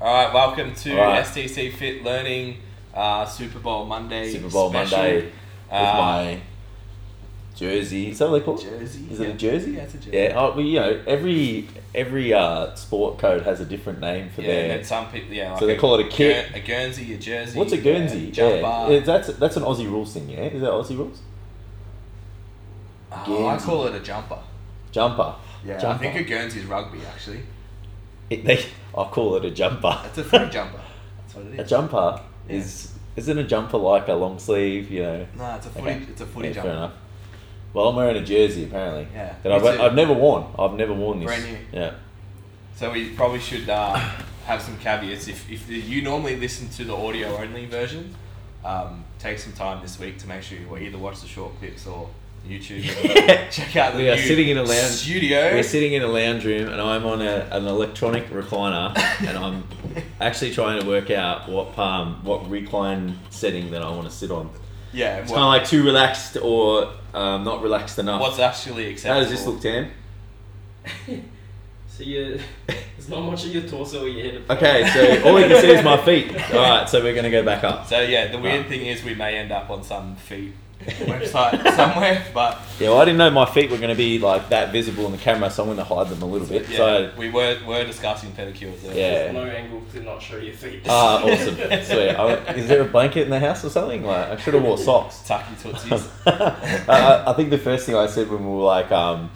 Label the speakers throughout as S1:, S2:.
S1: All right, welcome to
S2: All right.
S1: STC Fit Learning uh, Super Bowl Monday.
S2: Super Bowl
S1: special.
S2: Monday with
S1: Uh,
S2: my jersey. Is that what they call it?
S1: jersey.
S2: Is it
S1: yeah.
S2: a jersey?
S1: Yeah, it's a jersey.
S2: Yeah. Oh, well, you know, every every uh, sport code has a different name for
S1: Yeah, and
S2: their.
S1: then some people, yeah, like
S2: So they
S1: a
S2: call it a kit.
S1: Guer- a Guernsey, a jersey.
S2: What's a Guernsey?
S1: Yeah, jumper.
S2: Yeah, that's that's an Aussie rules thing. Yeah, is that Aussie rules?
S1: Oh, I
S2: Guernsey.
S1: call it a jumper.
S2: Jumper.
S1: Yeah,
S2: jumper.
S1: I think a Guernsey is rugby actually.
S2: It- they, I call it a jumper.
S1: That's a free jumper. That's what it
S2: A
S1: is.
S2: jumper
S1: Yeah.
S2: is isn't a jumper like a long sleeve? You know.
S1: No, it's a footy.
S2: Okay.
S1: It's a footy
S2: Yeah,
S1: jumper.
S2: Fair enough. Well, I'm wearing a jersey apparently.
S1: Yeah,
S2: That
S1: me
S2: I've,
S1: too.
S2: I've never worn. I've never worn this.
S1: Brand new.
S2: Yeah.
S1: So we probably should uh, have some caveats. If, if you normally listen to the audio only version, um, take some time this week to make sure you either watch the short clips or YouTube.
S2: Yeah.
S1: Check out the
S2: We are
S1: new
S2: sitting in a lounge.
S1: studio.
S2: We're sitting in a lounge room, and I'm on a, an electronic recliner, and I'm actually trying to work out what palm, what recline setting that I want to sit on.
S1: yeah.
S2: It's
S1: what-
S2: kind of like too relaxed or um, not relaxed enough.
S1: what's actually
S2: How
S1: acceptable?
S2: does this look, Tam?
S3: so you, there's not much of your torso or your head.
S2: Okay, so all you can see is my feet. All right, so we're gonna go back up.
S1: So yeah, the weird
S2: Right.
S1: thing is we may end up on some feet website somewhere, but
S2: Yeah, well, I didn't know my feet were gonna be like that visible in the camera, so I'm gonna hide them a little bit.
S1: yeah,
S2: So,
S1: we were were discussing pedicures. earlier.
S2: Yeah.
S3: There's no angle to not show your feet.
S2: ah, awesome, sweet. I, is there a blanket in the house or something? Like, I should have wore socks.
S1: Tucky tootsies.
S2: I- I, I think the first thing I said when we were like, um,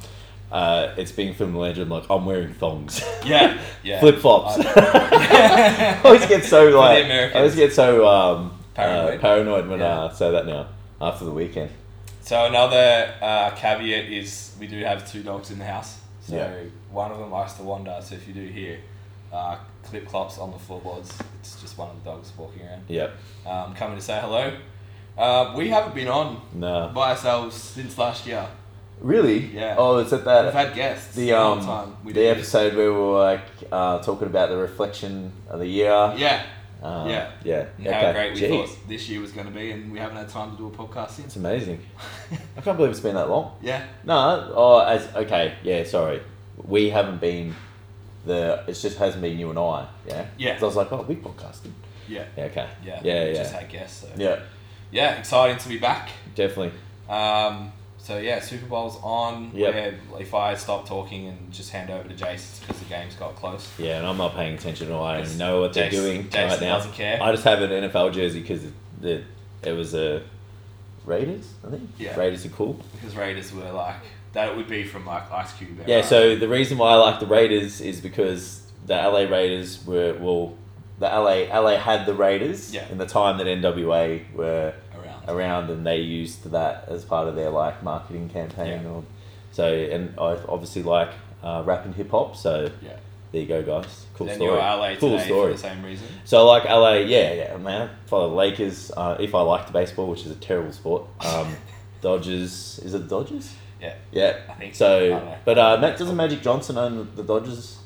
S2: uh, it's being filmed in the legend, like, I'm wearing thongs.
S1: yeah, yeah.
S2: Flip flops.
S1: I-
S2: I always get so,
S1: the
S2: like, I
S1: Americans.
S2: always get so um,
S1: Paranoid.
S2: paranoid. Uh, paranoid when
S1: Yeah.
S2: I say that now after the weekend.
S1: So another uh, caveat is we do have two dogs in the house. So
S2: Yeah.
S1: one of them likes to wander. So if you do hear uh, clip clops on the floorboards, it's just one of the dogs walking around,
S2: Yep.
S1: um, coming to say hello. Uh, we haven't been on
S2: No.
S1: by ourselves since last year.
S2: Really?
S1: Yeah.
S2: Oh, it's at
S1: We've
S2: that.
S1: had guests
S2: The
S1: the whole
S2: um
S1: time. We
S2: the
S1: did-
S2: episode where we were like uh, talking about the reflection of the year.
S1: Yeah,
S2: Uh,
S1: yeah.
S2: Yeah.
S1: and how great we
S2: Jeez.
S1: thought this year was going to be, and we haven't had time to do a podcast
S2: It's
S1: since.
S2: amazing. I can't believe it's been that long.
S1: yeah,
S2: No, oh, as okay, yeah, sorry, we haven't been the. It just hasn't been you and I, yeah.
S1: Yeah.
S2: 'Cause I was like, oh, we podcasted.
S1: yeah,
S2: Yeah, okay.
S1: yeah,
S2: yeah,
S1: we
S2: yeah,
S1: Just had guests. So.
S2: yeah.
S1: yeah, exciting to be back.
S2: Definitely.
S1: Um, so yeah, Super Bowl's on.
S2: Yep.
S1: Where if I stop talking and just hand over to Jason because the game's got close.
S2: Yeah, and I'm not paying attention at all. I don't
S1: It's-
S2: know what they're
S1: Jason-
S2: doing
S1: Jason
S2: right now.
S1: doesn't care.
S2: I just have an NFL jersey because it, the- it was a Raiders, I think.
S1: Yeah.
S2: Raiders are cool.
S1: Because Raiders were like that would be from like Ice Cube. era.
S2: Yeah, so the reason why I like the Raiders is because the LA Raiders were well, the LA LA had the Raiders
S1: Yeah.
S2: in the time that NWA were
S1: around.
S2: around and they used that as part of their like marketing campaign
S1: Yeah.
S2: or so and I obviously like uh, rap and hip hop so
S1: Yeah.
S2: there you go guys cool
S1: then
S2: story
S1: you're LA
S2: cool
S1: today for
S2: story
S1: the same reason.
S2: so I like LA yeah yeah man I follow the Lakers uh, if I liked baseball which is a terrible sport um, Dodgers is it the Dodgers
S1: Yeah.
S2: yeah
S1: I think I don't
S2: so
S1: know.
S2: but uh, Matt doesn't Magic Johnson own the, the Dodgers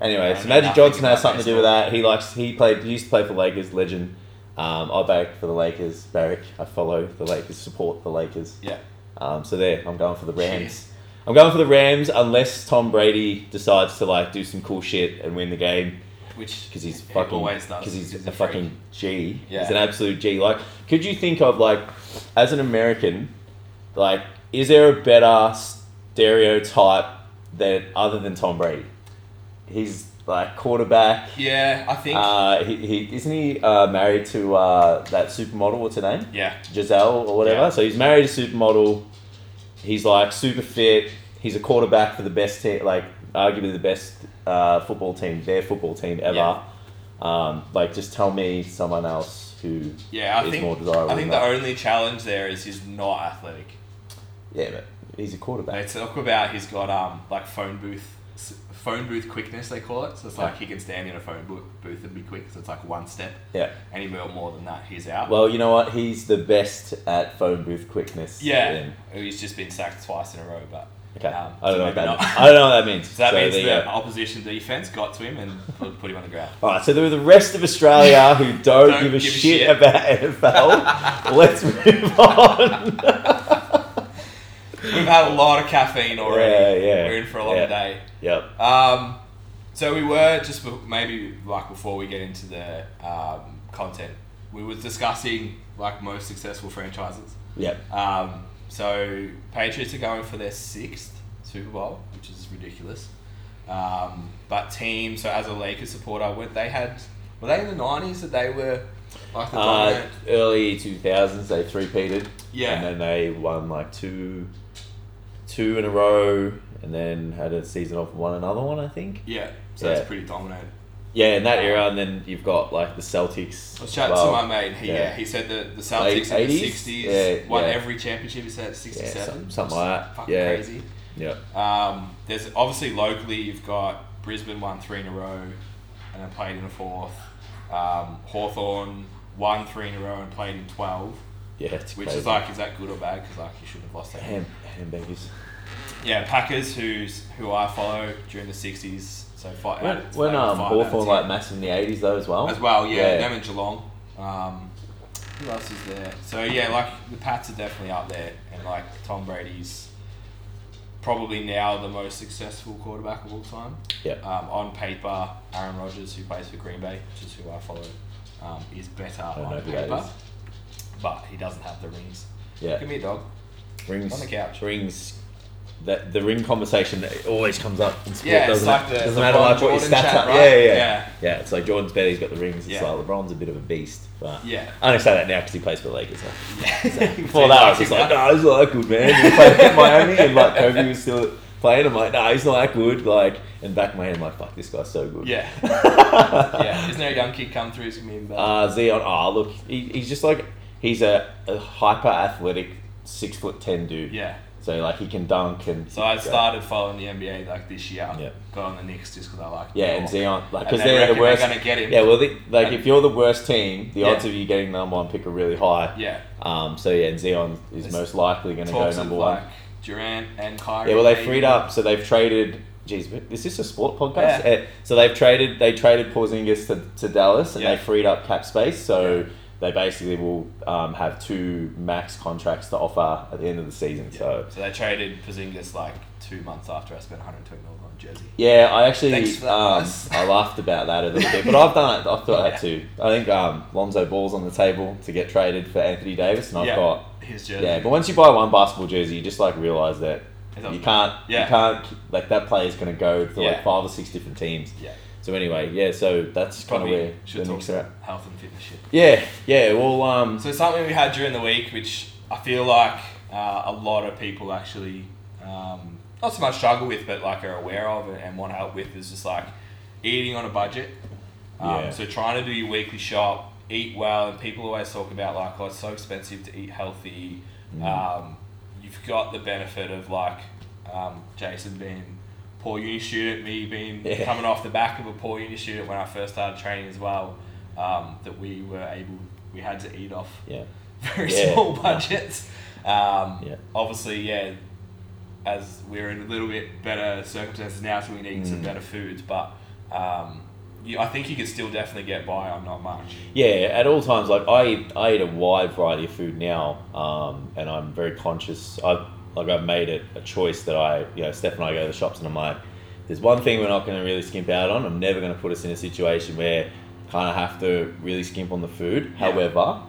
S1: I
S2: anyway
S1: don't
S2: so
S1: know
S2: Magic
S1: nothing
S2: Johnson has
S1: about
S2: something to do with that he likes he played he used to play for Lakers legend um, I back for the Lakers barrack I follow the Lakers support the Lakers
S1: Yeah.
S2: um, so there, I'm going for the Rams.
S1: Cheers.
S2: I'm going for the Rams unless Tom Brady decides to like do some cool shit and win the game
S1: Which
S2: because he's
S1: he
S2: fucking
S1: always does.
S2: because he's, a,
S1: freak.
S2: fucking G. He's
S1: Yeah.
S2: an absolute G. Like, could you think of like as an American, like is there a better stereotype than other than Tom Brady? He's like quarterback.
S1: Yeah, I think.
S2: Uh, he, he isn't he uh, married to uh, that supermodel? What's her name?
S1: yeah.
S2: Giselle or whatever.
S1: Yeah.
S2: So he's married a supermodel. He's like super fit. He's a quarterback for the best team, like arguably the best uh, football team, their football team ever.
S1: Yeah.
S2: Um, like, just tell me someone else who.
S1: Yeah, I
S2: He's
S1: think.
S2: more desirable
S1: I think
S2: than
S1: the
S2: that.
S1: only challenge there is he's not athletic.
S2: Yeah, but he's a quarterback.
S1: They talk about he's got um like phone booth s- phone booth quickness they call it. So it's like he can stand in a phone booth, booth and be quick. So it's like one step.
S2: Yeah.
S1: Any more more than that, he's out.
S2: Well, you know what? He's the best at phone booth quickness.
S1: yeah,
S2: in-
S1: he's just been sacked twice in a row, but
S2: Okay.
S1: Um,
S2: I
S1: so
S2: don't know what
S1: maybe
S2: that.
S1: not.
S2: Means. I don't know what that means.
S1: so that means
S2: there
S1: the
S2: you go.
S1: opposition defense got to him and put, put him on the ground.
S2: All right, so there are the rest of Australia who don't, give, a, shit, about NFL. Let's move on.
S1: We've had a lot of caffeine already.
S2: Yeah, yeah,
S1: We're in for a long
S2: yeah.
S1: day.
S2: yep.
S1: Um, So we were just be- maybe like before we get into the um, content, we were discussing like most successful franchises.
S2: Yep.
S1: Um, so Patriots are going for their sixth Super Bowl, which is ridiculous. Um, but team, so as a Lakers supporter, were they had were they in the nineties that they were like the
S2: Uh,
S1: dominant?
S2: early two thousands, they three peated.
S1: Yeah.
S2: And then they won like two, two in a row, and then had a season off and won another one, I think.
S1: Yeah, so
S2: Yeah.
S1: that's pretty dominant.
S2: Yeah, in that era, and then you've got like the Celtics.
S1: I was chatting
S2: well,
S1: to my mate. He, yeah.
S2: yeah.
S1: he said that the
S2: Late
S1: Celtics in the
S2: 80s?
S1: sixties
S2: Yeah,
S1: won
S2: yeah.
S1: every championship. He said
S2: yeah,
S1: sixty-seven,
S2: some- something like that.
S1: Fucking
S2: yeah.
S1: crazy.
S2: Yeah.
S1: Um, there's obviously locally you've got Brisbane won three in a row and then played in a fourth. Um, Hawthorn won three in a row and played in twelve,
S2: Yeah. It's
S1: which
S2: crazy.
S1: is like is that good or bad? Because like you shouldn't have lost that.
S2: Ham, hamburgers.
S1: Yeah, Packers who's who I follow during the sixties. So fight
S2: When, when um, Hawthorne like massive in the eighties though as well.
S1: as well. Yeah,
S2: Yeah.
S1: them and Geelong. Um, who else is there? So yeah, like the Pats are definitely up there, and like Tom Brady's probably now the most successful quarterback of all time.
S2: Yeah.
S1: Um, on paper, Aaron Rodgers, who plays for Green Bay, which is who I follow, um, is better
S2: don't know
S1: on
S2: who that
S1: paper,
S2: is.
S1: but he doesn't have the rings.
S2: Yeah.
S1: Give me a dog.
S2: Rings
S1: on the couch.
S2: Rings. That the ring conversation that always comes up. In sport,
S1: Yeah, it's
S2: doesn't
S1: like
S2: it?
S1: the-
S2: doesn't
S1: the
S2: matter
S1: Ron
S2: like what his
S1: Jordan
S2: stats
S1: chat,
S2: are.
S1: right?
S2: Yeah, yeah, yeah.
S1: Yeah.
S2: Yeah, it's like Jordan's better. He's got the rings. It's
S1: Yeah.
S2: like LeBron's a bit of a beast, but
S1: Yeah.
S2: I don't say that now because he plays for the Lakers. Like.
S1: Yeah.
S2: Before that, I was just like, nah, he's not that good, man. He played at Miami, and like Kobe was still playing. I'm like, nah, he's not that good. Like, and back of my head, I'm like, fuck, this guy's so good.
S1: Yeah. yeah. Isn't there a young kid come through? He's gonna be in the-
S2: Uh, Zion, ah, look, he, he's just like he's a, a hyper athletic six foot ten dude.
S1: yeah.
S2: So like he can dunk and
S1: So I
S2: yeah.
S1: started following the NBA like this year.
S2: Yeah.
S1: Got on the Knicks just because I like.
S2: Yeah, and Zion, like
S1: And
S2: because
S1: they
S2: they're
S1: reckon
S2: the
S1: they're
S2: worst.
S1: gonna get him.
S2: Yeah, well, they, like
S1: And-
S2: if you're the worst team, the
S1: Yeah.
S2: odds of you getting the number one pick are really high.
S1: Yeah.
S2: Um. So yeah, and Zion is
S1: It's-
S2: most likely going to go
S1: Talks
S2: number
S1: of
S2: one.
S1: like Durant and Kyrie.
S2: Yeah, well, they freed up, so they've traded. Geez, but is this a sport podcast?
S1: Yeah.
S2: Eh, so they've traded. They traded Porzingis to, to Dallas, and
S1: Yeah.
S2: they freed up cap space. So
S1: Yeah.
S2: they basically will um, have two max contracts to offer at the end of the season.
S1: Yeah.
S2: So
S1: So they traded Porzingis like two months after I spent 120 dollars on jersey.
S2: yeah, I actually
S1: Thanks for that,
S2: um,
S1: guys.
S2: I laughed about that a little bit, but I've done it. I've thought
S1: Yeah.
S2: that too. I think um, Lonzo Ball's on the table to get traded for Anthony Davis, and I've
S1: yeah.
S2: got
S1: his jersey.
S2: yeah. But once you buy one basketball jersey, you just like realize that.
S1: It's
S2: You
S1: up-
S2: can't,
S1: Yeah.
S2: you can't, like that player's going to go to like
S1: Yeah.
S2: five or six different teams.
S1: Yeah.
S2: So anyway, yeah, so that's kind of
S1: Probably
S2: where
S1: should
S2: the
S1: talk
S2: Knicks are at.
S1: some health and fitness shit.
S2: Yeah, yeah. Well, um,
S1: So something we had during the week, which I feel like uh, a lot of people actually um, not so much struggle with, but like are aware of and, and want help with, is just like eating on a budget. Um,
S2: Yeah.
S1: So trying to do your weekly shop, eat well, and people always talk about like, oh, it's so expensive to eat healthy.
S2: Mm.
S1: Um, you've got the benefit of like um, Jason being poor uni student, me being
S2: Yeah.
S1: coming off the back of a poor uni student when I first started training as well. Um, that we were able, we had to eat off
S2: yeah,
S1: very
S2: Yeah.
S1: small budgets. Um,
S2: Yeah.
S1: Obviously, yeah, as we're in a little bit better circumstances now, so we need some
S2: Mm.
S1: better foods, but um, you, I think you can still definitely get by on not much.
S2: yeah. At all times, like I, eat, I eat a wide variety of food now, um, and I'm very conscious. I've like I've made it a choice that I, you know, Steph and I go to the shops, and I'm like, there's one thing we're not going to really skimp out on. I'm never going to put us in a situation where kind of have to really skimp on the food.
S1: Yeah.
S2: However,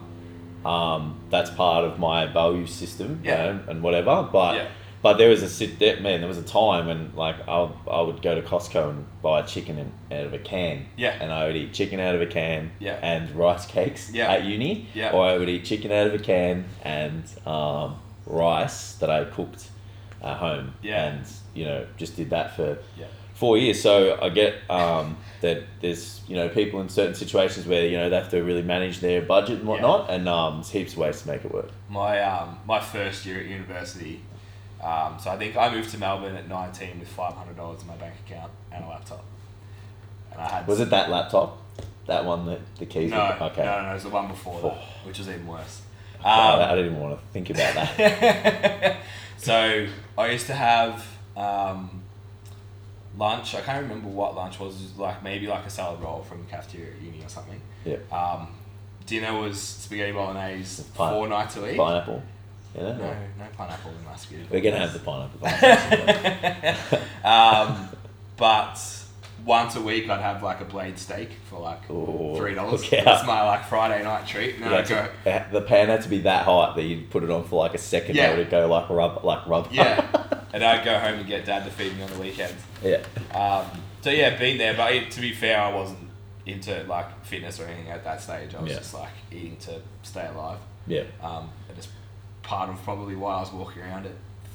S2: um, that's part of my value system, you
S1: Yeah.
S2: know, and whatever. But
S1: Yeah.
S2: But there was a sit there, man. There was a time when like I I would go to Costco and buy chicken in, out of a can.
S1: Yeah.
S2: And I would eat chicken out of a can.
S1: Yeah.
S2: And rice cakes.
S1: Yeah.
S2: At uni.
S1: Yeah.
S2: Or I would eat chicken out of a can and um, rice that I cooked at home.
S1: Yeah.
S2: And you know just did that for
S1: Yeah.
S2: four years. So I get um, that there's you know people in certain situations where you know they have to really manage their budget and whatnot, and um, there's heaps of ways to make it work.
S1: My, um, my first year at university, um, so I think I moved to Melbourne at 19 with $500 in my bank account and a laptop. And I had
S2: Was it that laptop? That one that the keys?
S1: No, Um,
S2: were- okay.
S1: no, no, it was the one before that,
S2: Oh.
S1: which was even worse.
S2: Wow,
S1: Um,
S2: I didn't even want to think about that.
S1: so I used to have um, lunch. I can't remember what lunch was. It was like maybe like a salad roll from the cafeteria at uni or something.
S2: yeah.
S1: Um, dinner was spaghetti bolognese
S2: Pine-
S1: four nights a week.
S2: Pineapple. You know?
S1: No, no pineapple in my spaghetti.
S2: We're gonna have
S1: bolognese.
S2: the pineapple. conversation.
S1: um, but once a week I'd have like a blade steak for like
S2: Ooh,
S1: three dollars.
S2: look out.
S1: That's my like Friday night treat.
S2: You
S1: Now I
S2: had
S1: go,
S2: to- the pan had to be that hot that you'd put it on for like a second
S1: Yeah.
S2: and it would go like rub like rub.
S1: yeah, and I'd go home and get dad to feed me on the weekends.
S2: yeah.
S1: Um, so yeah, been there, but it, to be fair, I wasn't into like fitness or anything at that stage. I was
S2: Yeah.
S1: just like eating to stay alive.
S2: Yeah.
S1: Um, and it's part of probably why I was walking around at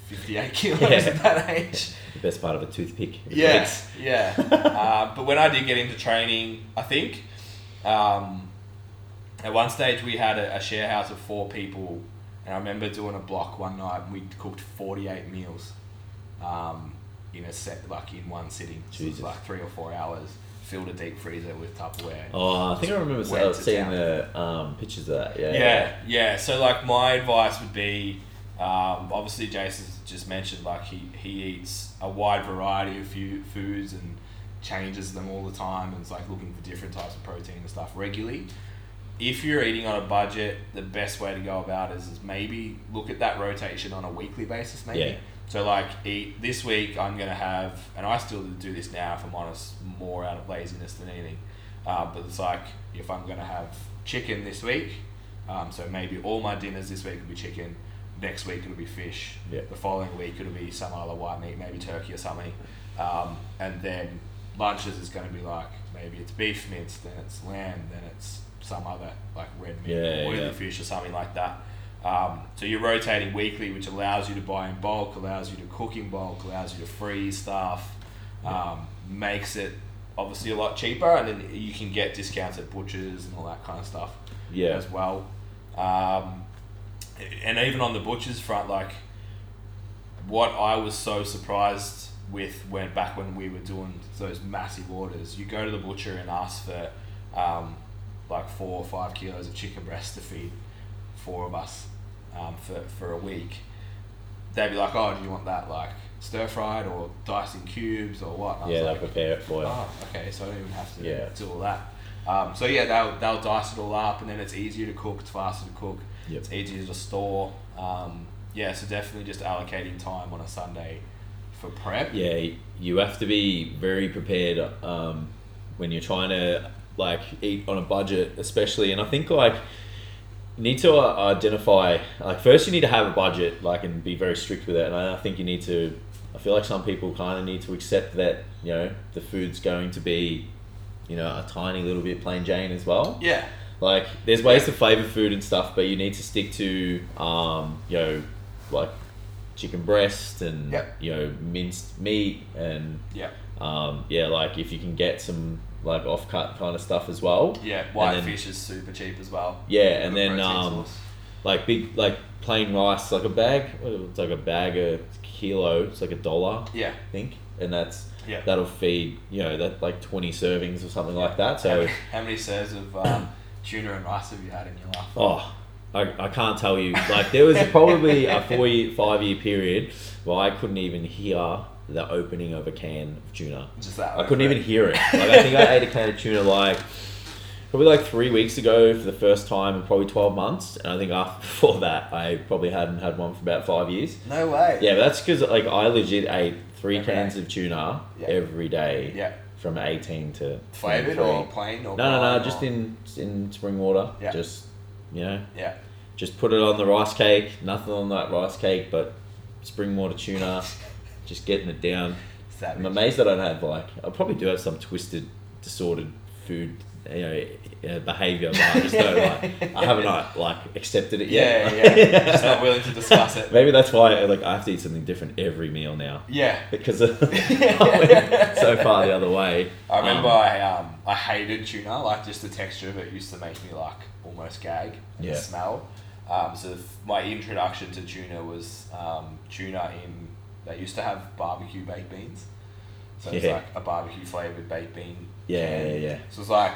S1: fifty-eight kilos
S2: Yeah.
S1: at that age.
S2: The best part of a toothpick.
S1: Yes, yeah. uh, but when I did get into training, I think um, at one stage we had a, a share house of four people, and I remember doing a block one night and we cooked forty eight meals, um, in a set like in one sitting, so it was
S2: Jesus.
S1: like three or four hours. Filled a deep freezer with Tupperware.
S2: Oh, I think I remember
S1: Went
S2: se-
S1: to
S2: seeing
S1: town.
S2: the um, pictures of that. Yeah.
S1: yeah, yeah. So like my advice would be, um, obviously Jason's just mentioned like he, he eats a wide variety of few foods and changes them all the time and is like looking for different types of protein and stuff regularly. If you're eating on a budget, the best way to go about is, is maybe look at that rotation on a weekly basis maybe.
S2: Yeah.
S1: So like eat this week I'm gonna have and I still do this now if I'm honest, more out of laziness than anything. Uh, but it's like if I'm gonna have chicken this week, um, so maybe all my dinners this week will be chicken. Next week it'll be fish.
S2: Yeah.
S1: The following week it'll be some other white meat, maybe turkey or something. Um, and then lunches is going to be like maybe it's beef mince, then it's lamb, then it's some other like red meat,
S2: Yeah,
S1: oily
S2: yeah.
S1: fish or something like that. Um, so you're rotating weekly, which allows you to buy in bulk, allows you to cook in bulk, allows you to freeze stuff, um, makes it obviously a lot cheaper, and then you can get discounts at butchers and all that kind of stuff
S2: Yeah.
S1: as well. Um, and even on the butchers front, like what I was so surprised with when back when we were doing those massive orders, you go to the butcher and ask for um, like four or five kilos of chicken breast to feed four of us um, for, for a week. They'd be like, "Oh, do you want that like stir fried or diced in cubes or what?" And I was
S2: Yeah, they'll
S1: like,
S2: prepare it for you.
S1: Oh, okay. So I don't even have to
S2: Yeah.
S1: do all that. Um, so yeah, they'll they'll dice it all up, and then it's easier to cook. It's faster to cook.
S2: Yep.
S1: It's easier to store. Um, yeah, so definitely just allocating time on a Sunday for prep.
S2: yeah, you have to be very prepared um, when you're trying to like eat on a budget, especially. And I think like you need to uh, identify like first you need to have a budget like and be very strict with it. And I I think you need to. I feel like some people kind of need to accept that you know the food's going to be you know a tiny little bit plain Jane as well.
S1: Yeah.
S2: Like, there's ways to flavor food and stuff, but you need to stick to, um, you know, like chicken breast and
S1: Yep.
S2: you know minced meat and
S1: Yeah.
S2: um, yeah, like if you can get some like off cut kind of stuff as well.
S1: Yeah. White
S2: then-
S1: fish is super cheap as well.
S2: Yeah, and
S1: Good
S2: then
S1: protein
S2: um,
S1: source.
S2: like big like plain rice, like a bag, it's like a bag a kilo, it's like a dollar,
S1: Yeah.
S2: I think, and that's
S1: Yeah.
S2: that'll feed you know that like twenty servings or something like that.
S1: How
S2: So.
S1: many- how many serves of um, tuna and rice have you had in your life?
S2: Oh, I, I can't tell you. Like there was probably a four year, five year period where I couldn't even hear the opening of a can of tuna.
S1: Just that.
S2: I couldn't even hear it. Like I think I ate a can of tuna like probably like three weeks ago for the first time in probably twelve months, and I think after before that I probably hadn't had one for about five years.
S1: No way.
S2: Yeah, but that's because like I legit ate three
S1: Every
S2: cans
S1: day.
S2: of tuna
S1: Yeah.
S2: every day
S1: Yeah.
S2: from eighteen to
S1: Flavored
S2: 23.
S1: or plain or
S2: no no
S1: boiled
S2: no just
S1: or-
S2: in in spring water
S1: Yeah.
S2: just you know
S1: Yeah.
S2: just put it on the rice cake. Nothing on that rice cake, but spring water tuna. just getting it down. I'm
S1: Savage.
S2: amazed that I don't have like. I probably do have some twisted, disordered food, you know, uh, behavior, but I just don't like. I haven't like, like accepted it
S1: Yeah,
S2: yet.
S1: yeah. yeah. Just not willing to discuss it.
S2: Maybe that's why like I have to eat something different every meal now
S1: Yeah.
S2: because of, I went so far the other way.
S1: I remember
S2: Um,
S1: I um I hated tuna. Like just the texture of it used to make me like almost gag. And
S2: Yeah.
S1: The smell. Um, so f- my introduction to tuna was um, tuna in they used to have barbecue baked beans. So it's
S2: Yeah.
S1: like a barbecue flavored baked bean.
S2: yeah,
S1: can.
S2: yeah, yeah,
S1: So it's like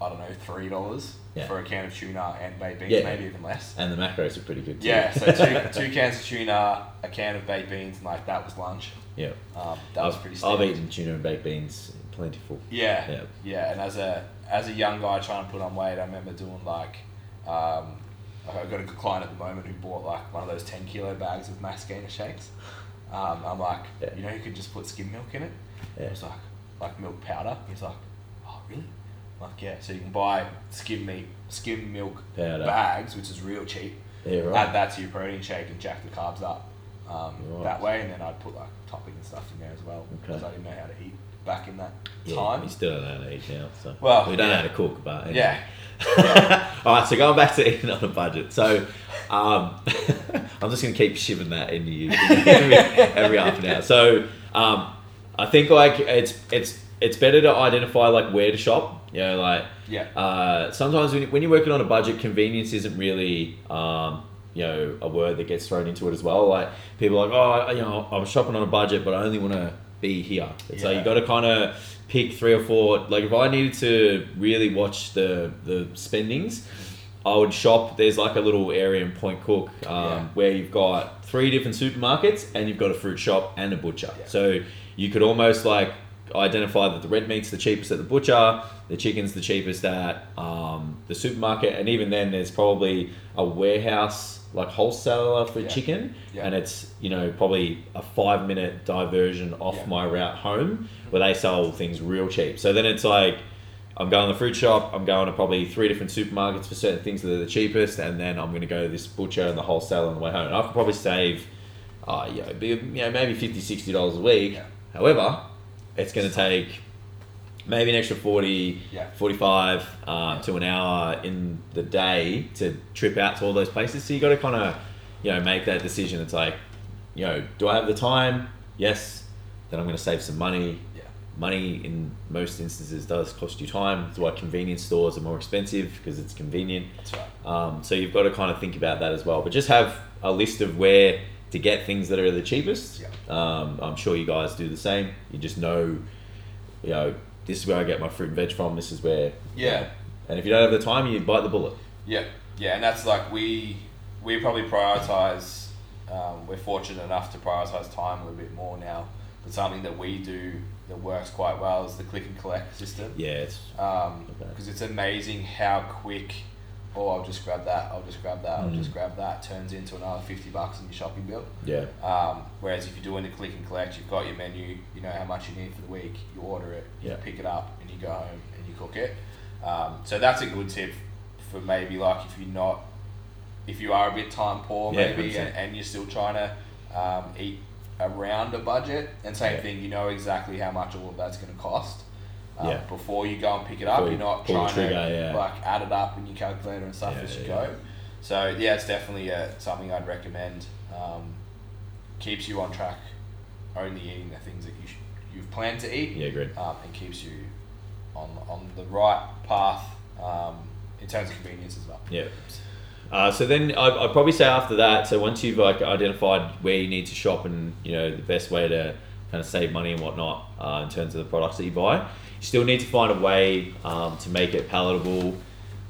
S1: I don't know three dollars
S2: Yeah.
S1: for a can of tuna and baked beans,
S2: Yeah.
S1: maybe even less.
S2: and the macros are pretty good. Too.
S1: Yeah. So two, two cans of tuna, a can of baked beans, and like that was lunch.
S2: yeah.
S1: Um, that was
S2: I've-
S1: pretty.
S2: I've
S1: standard.
S2: eaten tuna and baked beans plentiful.
S1: Yeah.
S2: Yeah.
S1: Yeah, and as a as a young guy trying to put on weight, I remember doing like, um, I've got a good client at the moment who bought like one of those ten kilo bags of mascana shakes. Um, I'm like,
S2: Yeah.
S1: you know, you could just put skim milk in it.
S2: Yeah.
S1: I was like, like milk powder. He's like, oh really? I'm like yeah. So you can buy skim meat, skim milk
S2: Powder.
S1: bags, which is real cheap.
S2: Yeah,
S1: Add
S2: right.
S1: that to your protein shake and jack the carbs up um,
S2: Right.
S1: that way, and then I'd put like topping and stuff in there as well
S2: Okay.
S1: because I didn't know how to eat back in that
S2: Yeah,
S1: time.
S2: we still don't know how to eat now, so
S1: Well,
S2: we don't know
S1: yeah.
S2: how to cook, but anyway.
S1: Yeah.
S2: All right, so going back to eating on a budget. So um, I'm just going to keep shivering that in you every, every half an hour. So um, I think like it's it's it's better to identify like where to shop. You know, like
S1: Yeah.
S2: uh, sometimes when, when you're working on a budget, convenience isn't really, um, you know, a word that gets thrown into it as well. Like people are like, oh, I- you know, I'm shopping on a budget, but I only want to be here. It's like you
S1: Yeah.
S2: got to kind of pick three or four. Like if I needed to really watch the the spendings, I would shop. There's like a little area in Point Cook um,
S1: Yeah.
S2: where you've got three different supermarkets and you've got a fruit shop and a butcher.
S1: Yeah.
S2: So you could almost like identify that the red meat's the cheapest at the butcher, the chicken's the cheapest at um, the supermarket, and even then there's probably a warehouse like wholesaler for
S1: Yeah.
S2: chicken,
S1: Yeah.
S2: and it's you know probably a five minute diversion off
S1: Yeah. Mm-hmm.
S2: my route home where they sell things real cheap. So then it's like. I'm going to the fruit shop. I'm going to probably three different supermarkets for certain things that are the cheapest, and then I'm going to go to this butcher and the wholesaler on the way home. And I could probably save, uh, you know, be, you know maybe 50 dollars a week.
S1: Yeah.
S2: However, it's going to take maybe an extra 40
S1: Yeah.
S2: 45 uh, to an hour in the day to trip out to all those places so you got to kind of you know make that decision it's like you know do i have the time yes then i'm going to save some money
S1: Yeah.
S2: money in most instances does cost you time that's why convenience stores are more expensive because it's convenient
S1: That's right.
S2: um, so you've got to kind of think about that as well. But just have a list of where to get things that are the cheapest.
S1: Yeah.
S2: Um, I'm sure you guys do the same. You just know, you know, this is where I get my fruit and veg from. This is where.
S1: Yeah.
S2: And if you don't have the time, you bite the bullet.
S1: Yeah, yeah, and that's like we we probably prioritize. Um, we're fortunate enough to prioritize time a little bit more now. But something that we do that works quite well is the click and collect system.
S2: Yeah. It's,
S1: Because
S2: Okay.
S1: Um, it's amazing how quick. Oh, I'll just grab that. I'll just grab that. I'll
S2: Mm.
S1: just grab that. Turns into another fifty bucks in your shopping bill.
S2: yeah.
S1: Um, whereas if you're doing the click and collect, you've got your menu, you know how much you need for the week, you order it, you
S2: Yeah.
S1: pick it up, and you go home and you cook it. Um, so that's a good tip for maybe like if you're not, if you are a bit time poor
S2: Yeah,
S1: maybe,
S2: 100%.
S1: and, and you're still trying to um, eat around a budget. And same
S2: Yeah.
S1: thing, you know exactly how much all of that's going to cost. Um,
S2: Yeah.
S1: Before you go and pick it up,
S2: Before you
S1: you're not
S2: pull the
S1: trying
S2: trigger,
S1: to
S2: yeah.
S1: like add it up in your calculator and stuff
S2: Yeah,
S1: as you
S2: yeah, yeah.
S1: go. So yeah, it's definitely uh, something I'd recommend. Um, keeps you on track, only eating the things that you sh- you've planned to eat,
S2: Yeah. Great.
S1: um, and keeps you on on the right path um, in terms of convenience as well.
S2: Yeah. Uh, so then I, I'd probably say after that, so once you've like identified where you need to shop and you know the best way to kind of save money and whatnot uh, in terms of the products that you buy, you still need to find a way um, to make it palatable.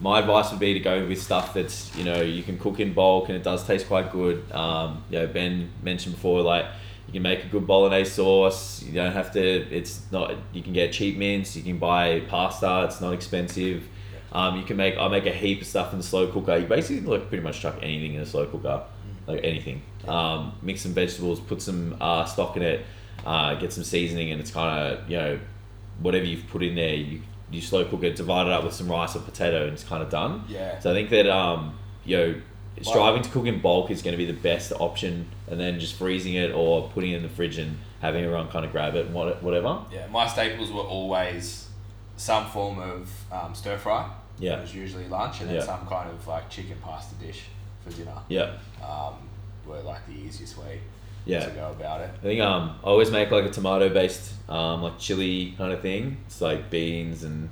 S2: My advice would be to go with stuff that's you know you can cook in bulk and it does taste quite good. Um, you know Ben mentioned before like you can make a good bolognese sauce. You don't have to. It's not. You can get cheap mince. You can buy pasta. It's not expensive. Um, you can make I make a heap of stuff in the slow cooker. You basically like pretty much chuck anything in a slow cooker, like anything. Um, mix some vegetables, put some uh, stock in it, uh, get some seasoning, and it's kind of you know whatever you've put in there, you you slow cook it, divide it up with some rice or potato, and it's kind of done.
S1: Yeah.
S2: So I think that um, you know, striving to cook in bulk is going to be the best option, and then just freezing it or putting it in the fridge and having everyone kind of grab it and what, whatever.
S1: Yeah, my staples were always some form of um, stir fry.
S2: Yeah.
S1: It was usually lunch, and then
S2: Yeah.
S1: some kind of like chicken pasta dish for dinner.
S2: Yeah,
S1: Um, were like the easiest way
S2: yeah.
S1: to go about it.
S2: I think um, I always make like a tomato based um, like chili kind of thing. It's like beans and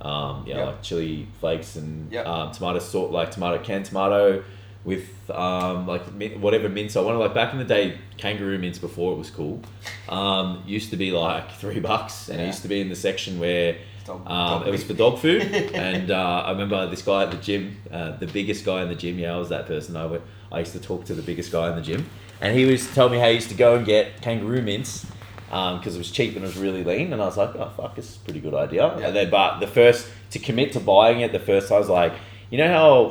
S2: um, yeah,
S1: Yep.
S2: like chili flakes and
S1: Yep.
S2: um, tomato sort like tomato canned tomato with um, like min- whatever mince I wanted. Like back in the day, kangaroo mince before it was cool, um, used to be like three bucks, and it
S1: Yeah.
S2: used to be in the section where
S1: Dog-
S2: um,
S1: dog
S2: it was for
S1: meat.
S2: dog food, and uh, I remember this guy at the gym, uh, the biggest guy in the gym. Yeah, I was that person. I went, I used to talk to the biggest guy in the gym, and he was telling me how he used to go and get kangaroo mince because it was cheap and it was really lean. And I was like, oh fuck, this is a pretty good idea.
S1: Yeah.
S2: And then, but the first to commit to buying it, the first I was like, You know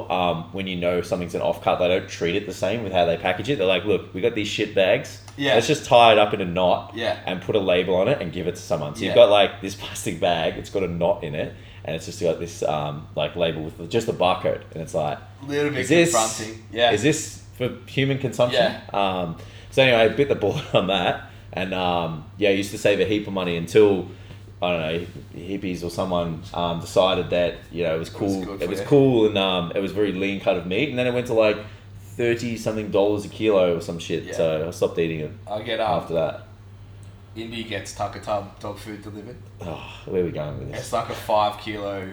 S2: how um, when you know something's an off cut, they don't treat it the same with how they package it. They're like, look, we got these shit bags.
S1: Yeah.
S2: Let's just tie it up in a knot.
S1: Yeah.
S2: And put a label on it and give it to someone. So
S1: Yeah.
S2: you've got like this plastic bag. It's got a knot in it, and it's just got this um, like label with just a barcode, and it's like
S1: A little bit
S2: is this
S1: confronting. Yeah.
S2: Is this for human consumption? Um, so anyway, I bit the bullet on that, and um, yeah, I used to save a heap of money until I don't know hippies or someone um, decided that you know it was cool. It
S1: good
S2: was,
S1: for you.
S2: cool, and um, it was very lean cut of meat, and then it went to like thirty something dollars a kilo or some shit.
S1: Yeah.
S2: So I stopped eating it
S1: I get um,
S2: after that.
S1: Indy gets Tucker Tub dog food delivered.
S2: Oh, where are we going with
S1: It's
S2: this?
S1: like a five kilo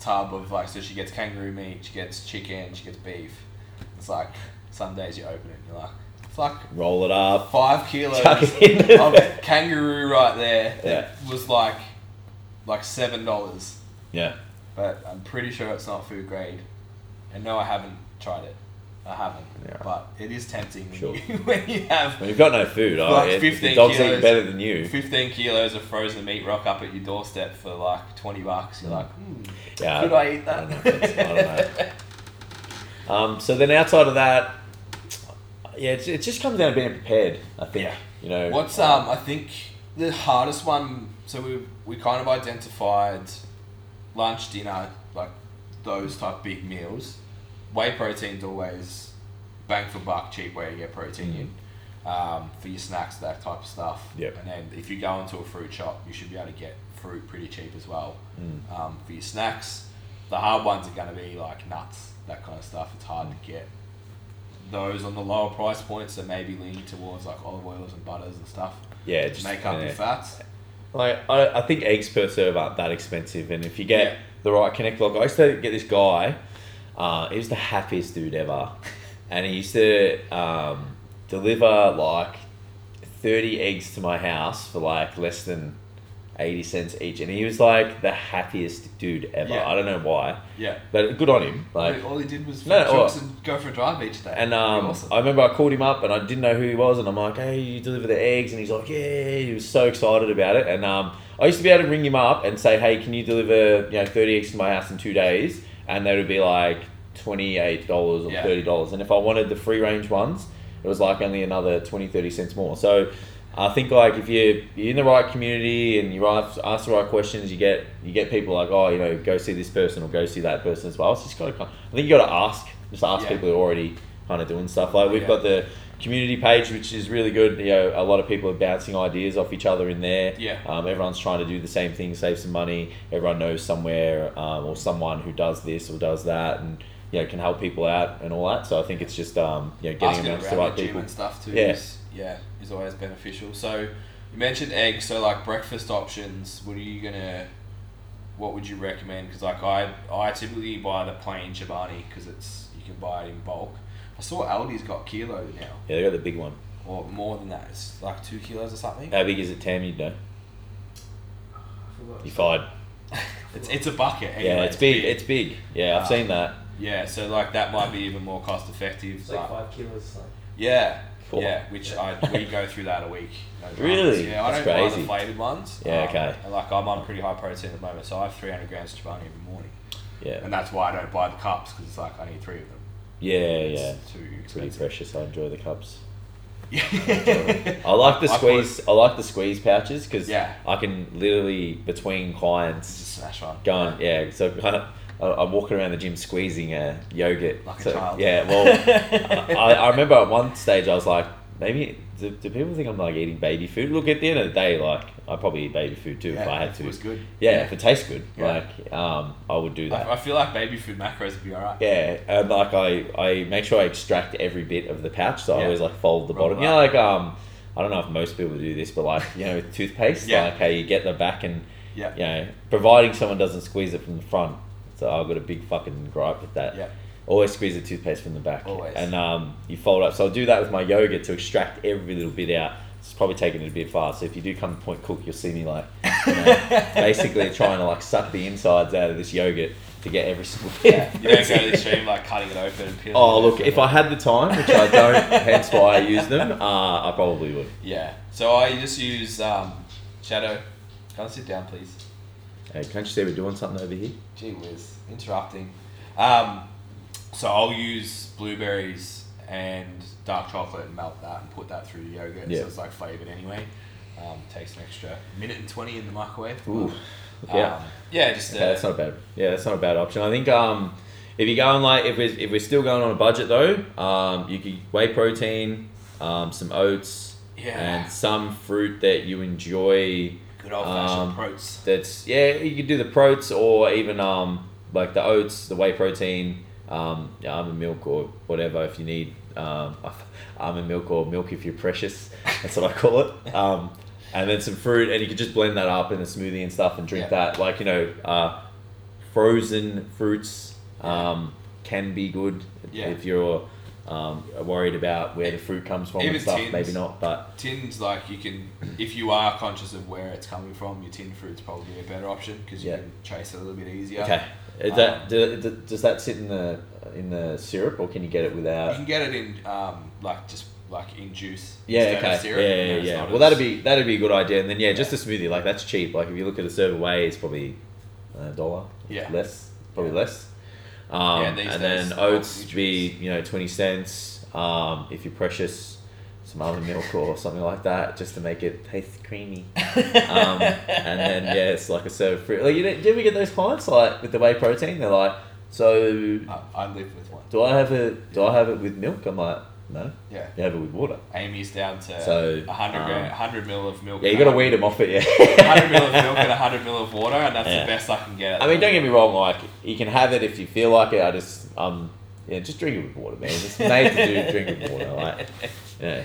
S1: tub of like so she gets kangaroo meat, she gets chicken, she gets beef. It's like some days you open it and you're like it's like
S2: Roll it up.
S1: five kilos
S2: Chuck it in.
S1: of kangaroo right there that was like like seven dollars.
S2: Yeah.
S1: But I'm pretty sure it's not food grade. And no I haven't tried it. I haven't.
S2: Yeah.
S1: But it is tempting when,
S2: Sure.
S1: you, when you have
S2: Well, you've got no food. Oh,
S1: Like
S2: yeah,
S1: 15
S2: the dog's
S1: kilos.
S2: eating better than you.
S1: 15 kilos of frozen meat rock up at your doorstep for like 20 bucks. You're like, hmm,
S2: Yeah.
S1: could I eat
S2: Mm. Uh, I don't know.
S1: that?
S2: if it's- I don't know. um, so then outside of that, yeah, it's, it just comes down to being prepared. I think.
S1: Yeah.
S2: You know.
S1: What's um? I think the hardest one. So we we kind of identified lunch, dinner, like those type big meals. Whey protein's always bang for buck, cheap way to get protein in. Um, for your snacks, that type of stuff.
S2: Yep.
S1: And then if you go into a fruit shop, you should be able to get fruit pretty cheap as well.
S2: Mm.
S1: Um, for your snacks, the hard ones are going to be like nuts, that kind of stuff. It's hard to get those on the lower price points that maybe lean towards like olive oils and butters and stuff.
S2: Yeah. Just
S1: Make up
S2: yeah.
S1: your fats.
S2: Like I, I think eggs per serve aren't that expensive, and if you get
S1: Yeah.
S2: the right connect log, I used to get this guy. Uh, he was the happiest dude ever, and he used to um, deliver like thirty eggs to my house for like less than eighty cents each, and he was like the happiest dude ever.
S1: Yeah.
S2: I don't know why,
S1: Yeah.
S2: but good on him.
S1: All
S2: Like
S1: he- all he did was
S2: No,
S1: no,
S2: no,
S1: trucks
S2: all-
S1: and go for a drive each day. It'd
S2: and
S1: be
S2: um,
S1: awesome.
S2: I remember I called him up and I didn't know who he was, and I'm like, "Hey, you deliver the eggs?" And he's like, "Yeah." He was so excited about it, and um, I used to be able to ring him up and say, "Hey, can you deliver you know 30 eggs to my house in two days?" And that would be like twenty eight dollars or
S1: Yeah.
S2: thirty dollars. And if I wanted the free range ones, it was like only another 20, 30 cents more. So I think like if you you're in the right community and you ask, ask the right questions, you get you get people like, oh, you know, go see this person or go see that person as well. It's just gotta kind I think you gotta ask. Just ask
S1: Yeah.
S2: people who are already kind of doing stuff. Like we've
S1: Yeah.
S2: got the community page which is really good. You know, a lot of people are bouncing ideas off each other in there.
S1: Yeah.
S2: Um, everyone's trying to do the same thing, save some money. Everyone knows somewhere um, or someone who does this or does that, and you know can help people out and all that. So I think it's just um, you know getting
S1: Asking
S2: amongst the
S1: around
S2: right
S1: the gym
S2: people.
S1: and stuff too.
S2: Yeah.
S1: Is, yeah, is always beneficial. So you mentioned eggs. So like breakfast options. What are you gonna? What would you recommend? Because like I, I typically buy the plain Chobani because it's you can buy it in bulk. I saw Aldi's got kilo now,
S2: Yeah, they got the big one.
S1: or more than that. It's like two kilos or something.
S2: How big is it, Tam? You know,
S3: I forgot.
S2: you fired.
S1: It's it's a bucket. Anyway.
S2: yeah, it's big. It's big. Yeah, I've
S1: Ah.
S2: seen that.
S1: yeah. So like that might be even more cost effective.
S3: It's like
S1: like-
S3: five kilos. Like,
S1: Yeah.
S2: Cool.
S1: Yeah, which
S3: Yeah.
S1: I we go through that a week. No dramas.
S2: Really?
S1: Yeah, I
S2: That's
S1: don't buy
S2: crazy.
S1: the flavored ones.
S2: Yeah,
S1: Um,
S2: okay.
S1: And like I'm on pretty high protein at the moment, so I have 300 grams of Chobani every morning,
S2: Yeah,
S1: and that's why I don't buy the cups because it's like I need three of them.
S2: yeah,
S1: It's
S2: yeah.
S1: Too
S2: It's pretty
S1: expensive.
S2: precious. I enjoy the cups.
S1: Yeah.
S2: I like the
S1: I
S2: squeeze. I like the squeeze pouches because
S1: Yeah.
S2: I can literally between clients
S1: Just smash one.
S2: going, yeah. So kind of, I- I'm walking around the gym squeezing a yogurt.
S1: Like a
S2: So,
S1: child.
S2: Yeah. Well, I, I remember at one stage I was like, maybe do, do people think I'm like eating baby food? Look, at the end of the day, like I probably eat baby food too if
S1: Yeah,
S2: I had
S1: if
S2: to.
S1: It was good.
S2: yeah, if it tastes good,
S1: Yeah.
S2: like um, I would do that.
S1: I, I feel like baby food macros would be alright.
S2: Yeah, and like I, I make sure I extract every bit of the pouch, so I
S1: Yeah.
S2: always like fold the
S1: Roll
S2: bottom.
S1: it
S2: You know,
S1: up.
S2: like um, I don't know if most people do this, but like you know, with toothpaste,
S1: Yeah.
S2: like how you get the back and
S1: Yeah.
S2: you know, providing someone doesn't squeeze it from the front. So I've got a big fucking gripe with that.
S1: Yeah.
S2: Always squeeze the toothpaste from the back.
S1: Always.
S2: And um, you fold up. So I'll do that with my yogurt to extract every little bit out. It's probably taking it a bit far. So if you do come to Point Cook, you'll see me like, you know, basically trying to like suck the insides out of this yogurt to get every single bit.
S1: Yeah. You don't go to the stream like cutting it open and peeling.
S2: Oh
S1: it
S2: look!
S1: open.
S2: If I had the time, which I don't, hence why I use them, uh, I probably would.
S1: Yeah. So I just use um, shadow. Come sit down, please.
S2: Hey, can't you see we're doing something over here?
S1: Gee whiz, interrupting. Um, so I'll use blueberries and dark chocolate and melt that and put that through the yogurt.
S2: Yeah.
S1: So it's like flavored anyway. Um, takes an extra minute and 20 in the microwave.
S2: Ooh.
S1: Um,
S2: Yeah.
S1: yeah, just
S2: Okay,
S1: uh,
S2: that's not bad. Yeah, that's not a bad option. I think um, if you go on like if we're, if we're still going on a budget though, um, you could whey protein, um, some oats,
S1: Yeah.
S2: and some fruit that you enjoy.
S1: good old fashioned
S2: um,
S1: proats.
S2: That's yeah, you could do the proats or even um, like the oats, the whey protein, um, yeah, almond milk or whatever if you need um, almond milk or milk if you're precious. That's what I call it. Um, and then some fruit, and you could just blend that up in a smoothie and stuff, and drink
S1: Yeah.
S2: that. Like you know, uh, frozen fruits um, can be good
S1: Yeah.
S2: if you're um, worried about where the fruit comes from
S1: Even
S2: and stuff.
S1: tins.
S2: Maybe not, but
S1: Tins, like you can, if you are conscious of where it's coming from, your tin fruit's probably a better option because you
S2: Yeah.
S1: can chase it a little bit easier.
S2: Okay. Is
S1: Um,
S2: that do, do- does that sit in the in the syrup, or can you get it
S1: You
S2: without?
S1: can get it in, um, like just like in juice.
S2: Yeah.
S1: instead of
S2: Okay.
S1: syrup,
S2: yeah.
S1: and
S2: Yeah.
S1: it's
S2: yeah.
S1: not
S2: Well,
S1: as-
S2: that'd be that'd be a good idea. And then yeah, just a smoothie like that's cheap. Like if you look at a serve away, it's probably uh, a dollar.
S1: Yeah.
S2: Less. Probably
S1: Yeah.
S2: less. Um,
S1: Yeah, these
S2: and
S1: days,
S2: then
S1: all
S2: oats would be
S1: nutrients.
S2: you know twenty cents. Um, if you're precious, some almond milk or something like that, just to make it taste creamy. um, and then yeah, it's like a serve of fruit. Like you know, do we get those clients like with the whey protein? They're like, so
S1: I, I live with one.
S2: do I have it? Do I have it with milk? I'm like, no.
S1: Yeah.
S2: You have it with water.
S1: Amy's down to
S2: So,
S1: 100, gra-
S2: um,
S1: 100 mil of milk.
S2: Yeah, you
S1: and a
S2: got to
S1: hun-
S2: weed them off it. Yeah.
S1: 100 mil of milk and 100 mil of water, and that's
S2: Yeah.
S1: the best I can get.
S2: I mean, don't get me wrong. Like, you can have it if you feel like it. I just, um, yeah, just drink it with water, man. It's made to do drink with water. Like, yeah.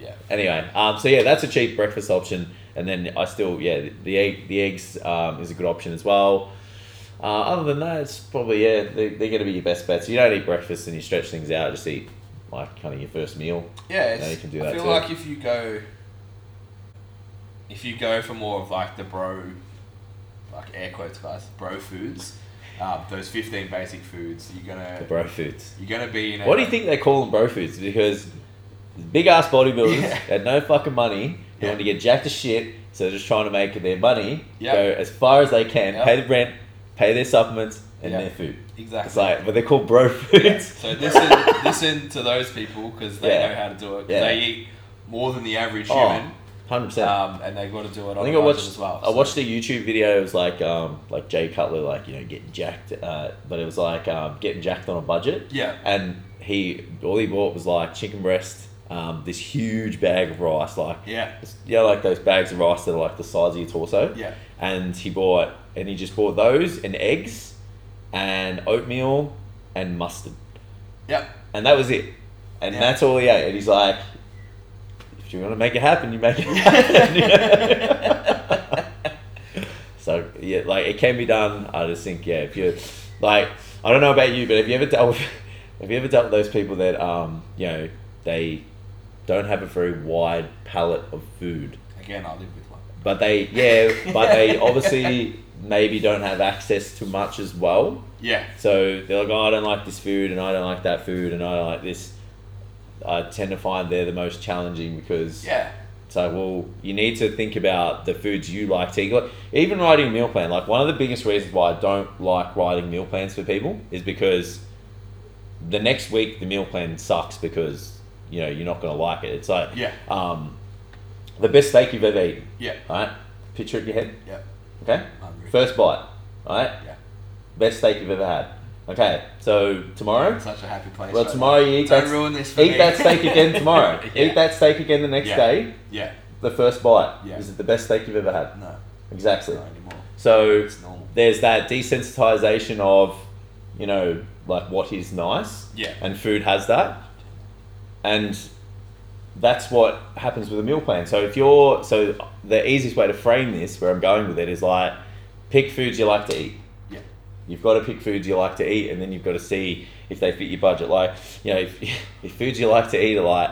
S1: Yeah.
S2: Anyway, um, so yeah, that's a cheap breakfast option, and then I still, yeah, the egg, the eggs, um, is a good option as well. Uh, other than that, it's probably yeah, they they're gonna be your best bets. You don't eat breakfast and you stretch things out. Just eat like kind of your first meal.
S1: Yeah,
S2: Yeah,
S1: it's,
S2: you can do
S1: I
S2: that
S1: feel
S2: too.
S1: like if you go, if you go for more of like the bro, like air quotes guys, bro foods, um, those fifteen basic foods, you're
S2: The
S1: gonna
S2: bro foods.
S1: you're gonna be in. A,
S2: What do you think they call them bro foods? Because big ass bodybuilders
S1: Yeah.
S2: had no fucking money. They
S1: Yeah.
S2: want to get jacked to shit, so they're just trying to make their money
S1: Yep.
S2: go as far as they can,
S1: Yep.
S2: pay the rent, pay their supplements, and
S1: Yep.
S2: their food.
S1: exactly?
S2: It's like, but they're called bro foods.
S1: so listen, listen to those people because they
S2: Yeah.
S1: know how to do it. 'Cause
S2: Yeah.
S1: They eat more than the average
S2: Oh,
S1: human,
S2: 100%.
S1: um, and they've got to do it. On
S2: I think
S1: a
S2: I
S1: budget
S2: watched.
S1: as well.
S2: I watched a YouTube video. It was like, um, like Jay Cutler, like you know, getting jacked. Uh, but it was like um, getting jacked on a budget.
S1: Yeah.
S2: And he all he bought was like chicken breast, um, this huge bag of rice, like
S1: Yeah,
S2: Yeah, like those bags of rice that are like the size of your torso.
S1: yeah,
S2: And he bought, and he just bought those and eggs and oatmeal and mustard.
S1: yeah.
S2: And that was it. And
S1: Yeah.
S2: that's all he ate. And he's like, if you want to make it happen, you make it happen. so, yeah, like it can be done. I just think, yeah, if you're like, I don't know about you, but have you ever dealt with, have you ever dealt with those people that, um, you know, they don't have a very wide palette of food?
S1: Again, I live with one.
S2: But they, yeah, but they obviously maybe don't have access to much as well.
S1: Yeah,
S2: So they're like, oh, I don't like this food, and I don't like that food, and I don't like this. I tend to find they're the most challenging because
S1: yeah,
S2: it's like, well, you need to think about the foods you like to eat. Like, even writing a meal plan, like one of the biggest reasons why I don't like writing meal plans for people is because the next week the meal plan sucks because you know you're not going to like it. It's like
S1: yeah,
S2: um, the best steak you've ever eaten.
S1: yeah,
S2: All right, picture it in your head.
S1: yeah.
S2: Okay,
S1: I'm rude.
S2: first bite. All right,
S1: Yeah.
S2: best steak you've ever had. Okay, so tomorrow,
S1: Such a happy place.
S2: well,
S1: right
S2: tomorrow you eat
S1: now. Don't
S2: that,
S1: ruin this for
S2: eat
S1: me.
S2: that steak again tomorrow.
S1: Yeah.
S2: Eat that steak again the next
S1: Yeah.
S2: day.
S1: Yeah,
S2: The first bite
S1: Yeah.
S2: is it the best steak you've ever had?
S1: no,
S2: Exactly.
S1: not anymore.
S2: So
S1: It's normal.
S2: there's that desensitization of, you know, like what is nice,
S1: Yeah,
S2: and food has that, and that's what happens with a meal plan. So if you're so the easiest way to frame this, where I'm going with it, is like pick foods you like to eat.
S1: yeah,
S2: You've got to pick foods you like to eat, and then you've got to see if they fit your budget. Like, you know, if, if foods you like to eat are like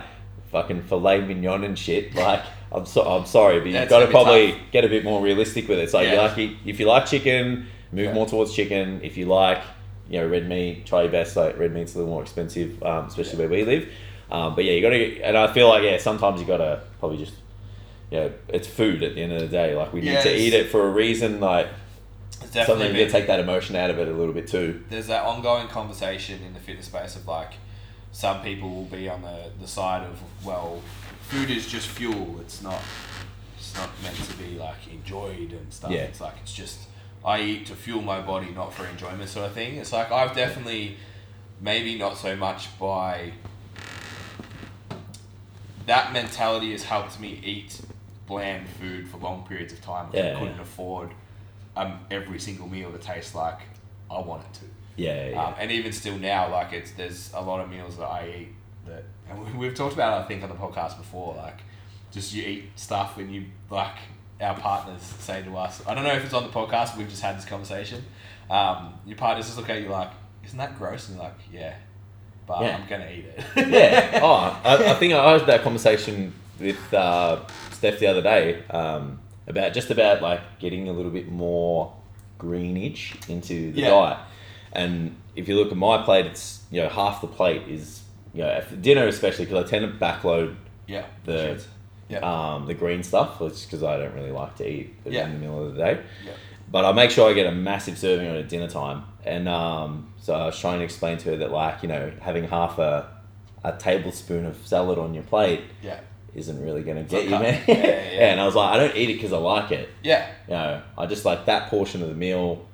S2: fucking filet mignon and shit, like, I'm so I'm sorry, but you've
S1: That's
S2: got to
S1: gonna be
S2: probably
S1: tough.
S2: get a bit more realistic with it. So you
S1: Yeah.
S2: like it- if you like chicken, move
S1: Yeah.
S2: more towards chicken. If you like, you know, red meat, try your best. Like red meat's a little more expensive, um, especially
S1: Yeah.
S2: where we live. Um, but yeah, you got to, and I feel like yeah, sometimes you got to probably just, you know, it's food at the end of the day. Like we need
S1: Yeah,
S2: to
S1: it's-
S2: eat it for a reason. Like
S1: It's
S2: Something
S1: definitely
S2: you
S1: been,
S2: can take that emotion out of it a little bit too.
S1: there's that ongoing conversation in the fitness space of like some people will be on the, the side of well food is just fuel it's not it's not meant to be like enjoyed and stuff
S2: Yeah.
S1: it's like it's just i eat to fuel my body not for enjoyment sort of thing it's like i've definitely maybe not so much by that mentality has helped me eat bland food for long periods of time which
S2: Yeah,
S1: i
S2: yeah.
S1: couldn't afford um, every single meal to taste like i want it to
S2: Yeah, yeah,
S1: um, and even still now, like it's there's a lot of meals that I eat that, and we, we've talked about it, I think on the podcast before, like just you eat stuff and you like our partners say to us. I don't know if it's on the podcast. We've just had this conversation. Um, your partners just look at you like, isn't that gross? And you're like, yeah, but
S2: Yeah.
S1: I'm gonna eat it.
S2: yeah. Oh, I, I think I had that conversation with uh, Steph the other day um, about just about like getting a little bit more greenage into the
S1: Yeah.
S2: diet. And if you look at my plate, it's you know half the plate is you know for dinner especially because I tend to backload
S1: yeah.
S2: The-
S1: shit. Yeah.
S2: um, the green stuff, which because I don't really like to eat it
S1: Yeah.
S2: in the middle of the day.
S1: Yeah.
S2: But I make sure I get a massive serving on at dinner time, and um, so I was trying to explain to her that like you know having half a a tablespoon of salad on your plate
S1: yeah.
S2: isn't really going to
S1: not
S2: get you,
S1: cut-
S2: man.
S1: yeah, yeah, yeah.
S2: and I was like, I don't eat it because I like it.
S1: Yeah.
S2: You know, I just like that portion of the meal.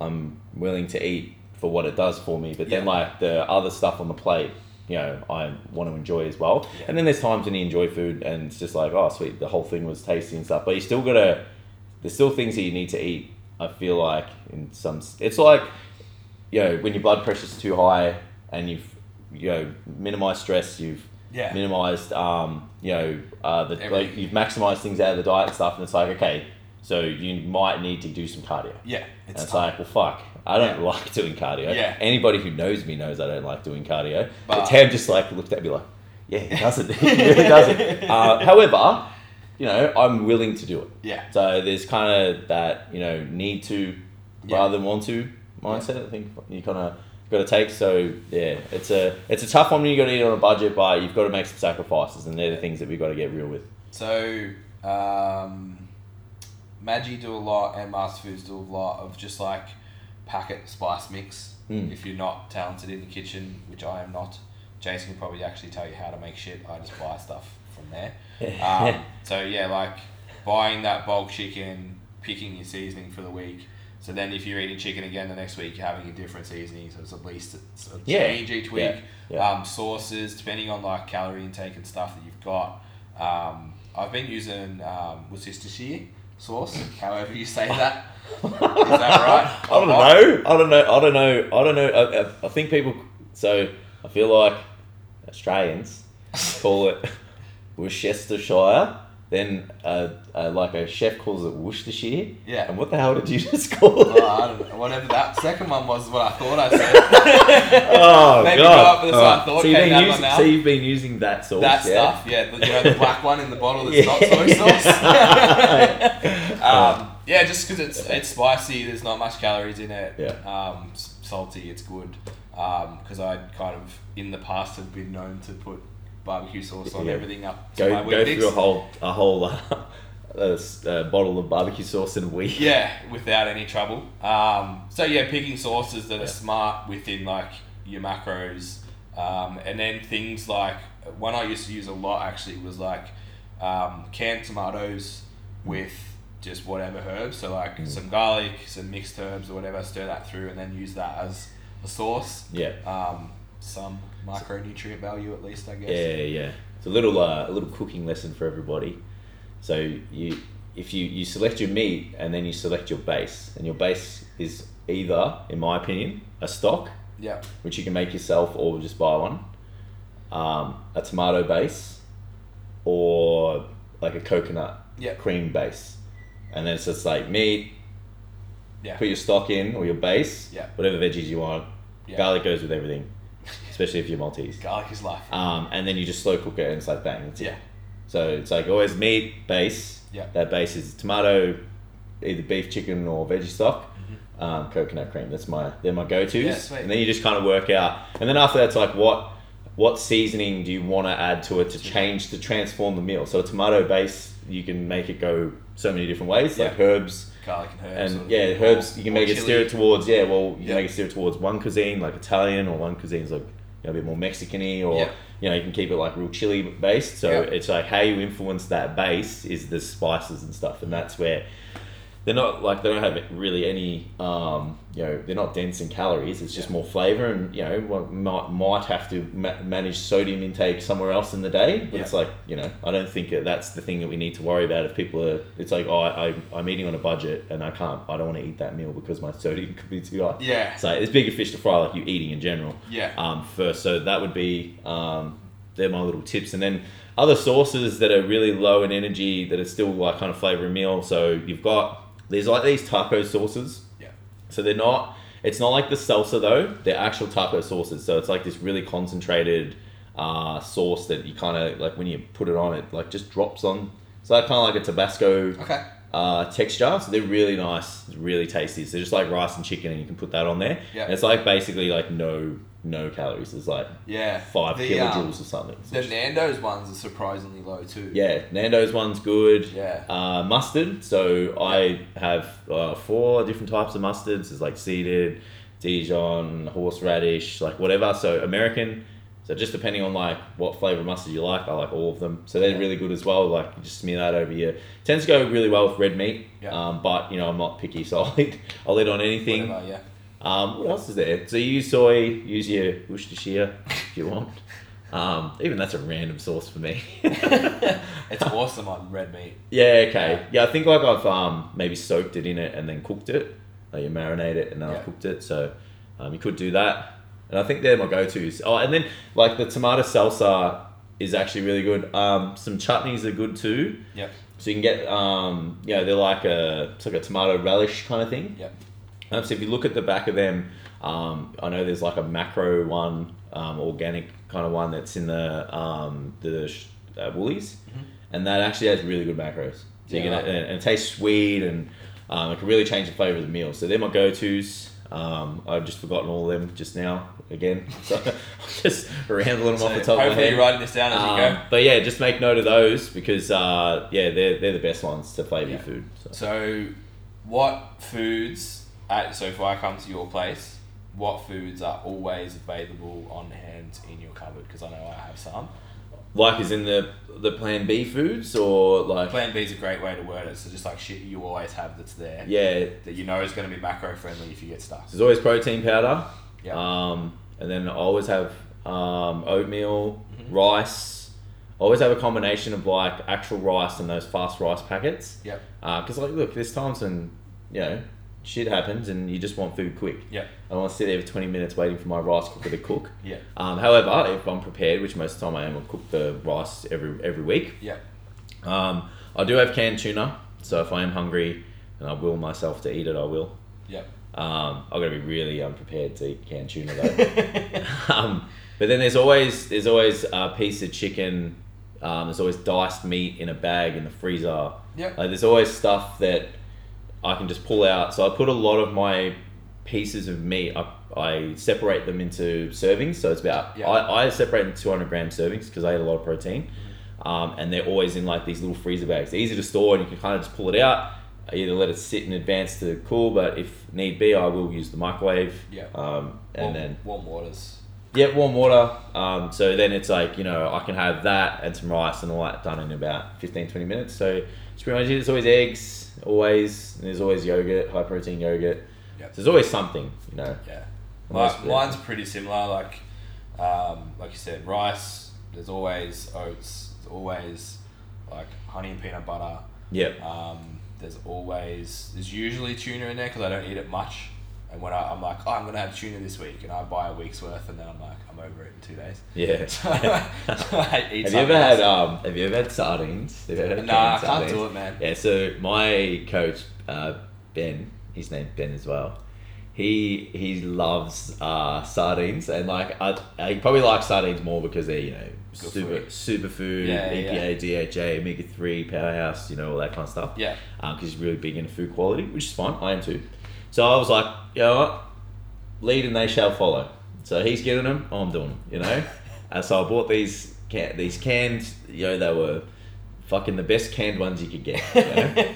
S2: I'm willing to eat for what it does for me, but then
S1: Yeah.
S2: like the other stuff on the plate, you know, I want to enjoy as well.
S1: Yeah.
S2: And then there's times when you enjoy food and it's just like, oh sweet, the whole thing was tasty and stuff. But you still gotta, there's still things that you need to eat. I feel like in some, s- it's like, you know, when your blood pressure's too high and you've, you know, minimized stress, you've
S1: Yeah.
S2: minimized um, you know uh, the,
S1: Everything.
S2: like you've maximized things out of the diet and stuff and it's like okay so you might need to do some cardio
S1: Yeah.
S2: and it's
S1: time.
S2: like well fuck I don't like doing cardio
S1: Yeah.
S2: anybody who knows me knows I don't like doing cardio but,
S1: But-
S2: Tam just like looked at me like yeah he doesn't he really doesn't uh, however you know I'm willing to do it
S1: yeah.
S2: so there's kind of that you know need to
S1: Yeah.
S2: rather than want to mindset. I think you kind of got to take. So yeah, it's a it's a tough one when you got to eat on a budget, but you've got to make some sacrifices, and they're the things that we have got to get real with.
S1: So, um, Maggi do a lot and Master Foods do a lot of just like packet spice mix.
S2: Mm.
S1: If you're not talented in the kitchen, which I am not, Jason can probably actually tell you how to make shit. I just buy stuff from there. Um, so yeah, like buying that bulk chicken, picking your seasoning for the week. So then, if you're eating chicken again the next week, you're having a different seasoning. So it's at least it's a
S2: Yeah.
S1: change each week.
S2: Yeah. Yeah.
S1: Um, sauces, depending on like calorie intake and stuff that you've got. Um, I've been using um, Worcestershire sauce, however you say that. Um, Is that right?
S2: I don't know. I don't know. I don't know. I don't know. I, I, I think people. So I feel like Australians call it Worcestershire. Then, uh, uh, like a chef calls it Worcestershire.
S1: Yeah.
S2: And what the hell did you just call it?
S1: Well, Oh, I don't know. Whatever that second one was, is what I thought I said.
S2: Oh
S1: Maybe
S2: god!
S1: go up with a slight
S2: Alright.
S1: thought,
S2: so, you've
S1: came
S2: been
S1: out of my
S2: using,
S1: mouth.
S2: so you've been using that sauce,
S1: that
S2: yeah?
S1: stuff, yeah. The, you know, the black one in the bottle that's not soy sauce. um, yeah, just because it's it's spicy, there's not much calories in it.
S2: Yeah.
S1: Um, s- salty, it's good. Because I kind of in the past have been known to put barbecue sauce on
S2: Yeah.
S1: everything up to
S2: Go,
S1: my
S2: go
S1: wing
S2: through a whole a whole uh, a s- uh, bottle of barbecue sauce in a week.
S1: Yeah, without any trouble. Um, so yeah, picking sauces that
S2: Yeah.
S1: are smart within like your macros, um, and then things like one I used to use a lot actually was like um, canned tomatoes with just whatever herbs. So like
S2: Mm.
S1: some garlic, some mixed herbs or whatever. Stir that through and then use that as a sauce.
S2: Yeah,
S1: Um, some micronutrient value at least, I guess.
S2: yeah, yeah. It's a little uh, a little cooking lesson for everybody. So you if you you select your meat and then you select your base, and your base is either, in my opinion, a stock
S1: Yeah.
S2: which you can make yourself or just buy one, um, a tomato base, or like a coconut
S1: Yeah.
S2: cream base. And then it's just like meat,
S1: Yeah.
S2: put your stock in or your base,
S1: Yeah.
S2: whatever veggies you want.
S1: Yeah.
S2: Garlic goes with everything, especially if you're Maltese.
S1: Garlic is life.
S2: Um, and then you just slow cook it and it's like bang, that's it.
S1: Yeah.
S2: So it's like always meat base.
S1: Yeah.
S2: That base is tomato, either beef, chicken, or veggie stock. Um, coconut cream. That's my they're my go tos.
S1: Yeah, sweet.
S2: and then you just kind of work out. And then after that's like what what seasoning do you want to add to it to change to transform the meal? So a tomato base, you can make it go so many different ways, like
S1: Yeah.
S2: herbs,
S1: garlic and herbs.
S2: and
S1: or-
S2: yeah, herbs
S1: or-
S2: you can
S1: or
S2: make it
S1: chili.
S2: steer it towards yeah. Well, you
S1: Yeah.
S2: can make it steer it towards one cuisine like Italian, or one cuisine's like you know, a bit more Mexican-y, or
S1: Yeah.
S2: you know you can keep it like real chili based. So
S1: Yeah.
S2: it's like how you influence that base is the spices and stuff, and that's where they're not like they don't have really any um, you know they're not dense in calories. It's just
S1: Yeah.
S2: more flavor, and you know one might might have to ma- manage sodium intake somewhere else in the day. But it's
S1: Yeah.
S2: like you know I don't think that that's the thing that we need to worry about. If people are, it's like oh I, I I'm eating on a budget and I can't I don't want to eat that meal because my sodium could be too high.
S1: Yeah,
S2: So it's bigger fish to fry like you eating in general
S1: yeah,
S2: um, first. So that would be um, they're my little tips, and then other sauces that are really low in energy that are still like kind of flavor a meal. So you've got there's like these taco sauces.
S1: Yeah.
S2: So they're not. It's not like the salsa though. They're actual taco sauces. So it's like this really concentrated uh, sauce that you kind of like when you put it on it like just drops on. So that kind of like a Tabasco
S1: okay,
S2: uh, texture. So they're really nice, really tasty. So just like rice and chicken, and you can put that on there.
S1: Yeah.
S2: And it's like basically like no no calories. It's like
S1: yeah.
S2: five
S1: The,
S2: kilojoules
S1: um,
S2: or something. So
S1: The
S2: just-
S1: Nando's ones are surprisingly low too.
S2: yeah, Nando's one's good.
S1: Yeah.
S2: Uh, mustard. So I have uh, four different types of mustards. There's like seeded, Dijon, horseradish, like whatever. So American. So just depending on like what flavor of mustard you like, I like all of them. So they're
S1: Yeah.
S2: really good as well. Like you just smear that over your. Tends to go really well with red meat.
S1: Yeah.
S2: Um, but you know I'm not picky, so I'll eat I'll eat on anything.
S1: Whatever, yeah.
S2: Um, what else is there? So you use soy, use your Worcestershire if you want. Um, even that's a random sauce for me.
S1: It's awesome on red meat.
S2: Yeah, okay. Yeah, I think like I've um maybe soaked it in it and then cooked it. Like you marinate it and then
S1: Yeah.
S2: I've cooked it. So um, you could do that. And I think they're my go tos. Oh, and then like the tomato salsa is actually really good. Um, some chutneys are good too.
S1: Yep.
S2: So you can get um, you know, they're like a it's like a tomato relish kind of thing.
S1: Yep.
S2: Um, so if you look at the back of them, um, I know there's like a macro one, um, organic kind of one that's in the um, the sh- uh, Woolies,
S1: Mhm.
S2: and that actually has really good macros. So
S1: Yeah.
S2: you can, uh, and, and it tastes sweet, and um, it can really change the flavor of the meal. So they're my go tos. Um, I've just forgotten all of them just now again. So I'm just rambling them
S1: So
S2: off the top of my
S1: hopefully
S2: head.
S1: you're writing this down as you
S2: Um,
S1: go.
S2: but yeah, just make note of those because uh, yeah, they're, they're the best ones to flavor
S1: Yeah.
S2: your food. So.
S1: So, what foods? Uh, so if I come to your place, what foods are always available on hand in your cupboard? Because I know I have some.
S2: Like is in the the Plan B foods or like
S1: Plan B is a great way to word it. So just like shit you always have that's there
S2: yeah,
S1: that you know is going to be macro friendly if you get stuck.
S2: there's always protein powder.
S1: Yeah.
S2: Um, and then I always have um, oatmeal,
S1: Mm-hmm.
S2: rice. I always have a combination of like actual rice and those fast rice packets.
S1: Yep.
S2: Because like, look, there's times when you know shit happens and you just want food quick.
S1: Yep.
S2: I don't want to sit there for 20 minutes waiting for my rice cooker to cook.
S1: Yep.
S2: Um, however, if I'm prepared, which most of the time I am, I cook the rice every every week.
S1: Yep.
S2: Um, I do have canned tuna, so if I am hungry and I will myself to eat it, I will.
S1: Yep.
S2: Um, I've got to be really unprepared to eat canned tuna though. um, but then there's always there's always a piece of chicken. Um, there's always diced meat in a bag in the freezer.
S1: Yep.
S2: Like, there's always stuff that I can just pull out. So I put a lot of my pieces of meat. I, I separate them into servings. So it's about
S1: Yeah.
S2: I, I separate into 200 gram servings because I eat a lot of protein, um, and they're always in like these little freezer bags. They're easy to store, and you can kind of just pull it out. I either let it sit in advance to cool, but if need be, I will use the microwave.
S1: Yeah.
S2: Um, and
S1: warm,
S2: then
S1: warm waters.
S2: yeah, warm water. Um, so then it's like, you know, I can have that and some rice and all that done in about 15, 20 minutes. So it's pretty much it. It's always eggs, always. And there's always yogurt, high protein yogurt.
S1: Yep.
S2: So there's always something, you know.
S1: Yeah.
S2: Unless-
S1: Like, mine's pretty similar. Like, um, like you said, rice. There's always oats. There's always like honey and peanut butter.
S2: Yeah.
S1: Um, there's always there's usually tuna in there because I don't eat it much. And when I, I'm like, oh, I'm gonna have tuna this week, and I buy a week's worth, and then I'm like, I'm over it in two days.
S2: Yeah.
S1: So, I eat
S2: have you
S1: something
S2: ever had
S1: else.
S2: um have you ever had sardines? Have you ever had
S1: Nah, I
S2: canned
S1: can't do
S2: sardines?
S1: it, man.
S2: Yeah, so my coach, uh, Ben, his name's Ben as well. He he loves uh, sardines and like I, I probably like sardines more because they're you know
S1: Good
S2: super
S1: for you.
S2: superfood E
S1: Yeah, yeah,
S2: EPA DHA omega three powerhouse you know all that kind of stuff
S1: Yeah.
S2: because um, he's really big into food quality which is fine I am too so I was like you know what lead and they shall follow. So he's getting them, I'm doing them, you know. and so I bought these can- these canned, you know, they were fucking the best canned ones you could get. you know?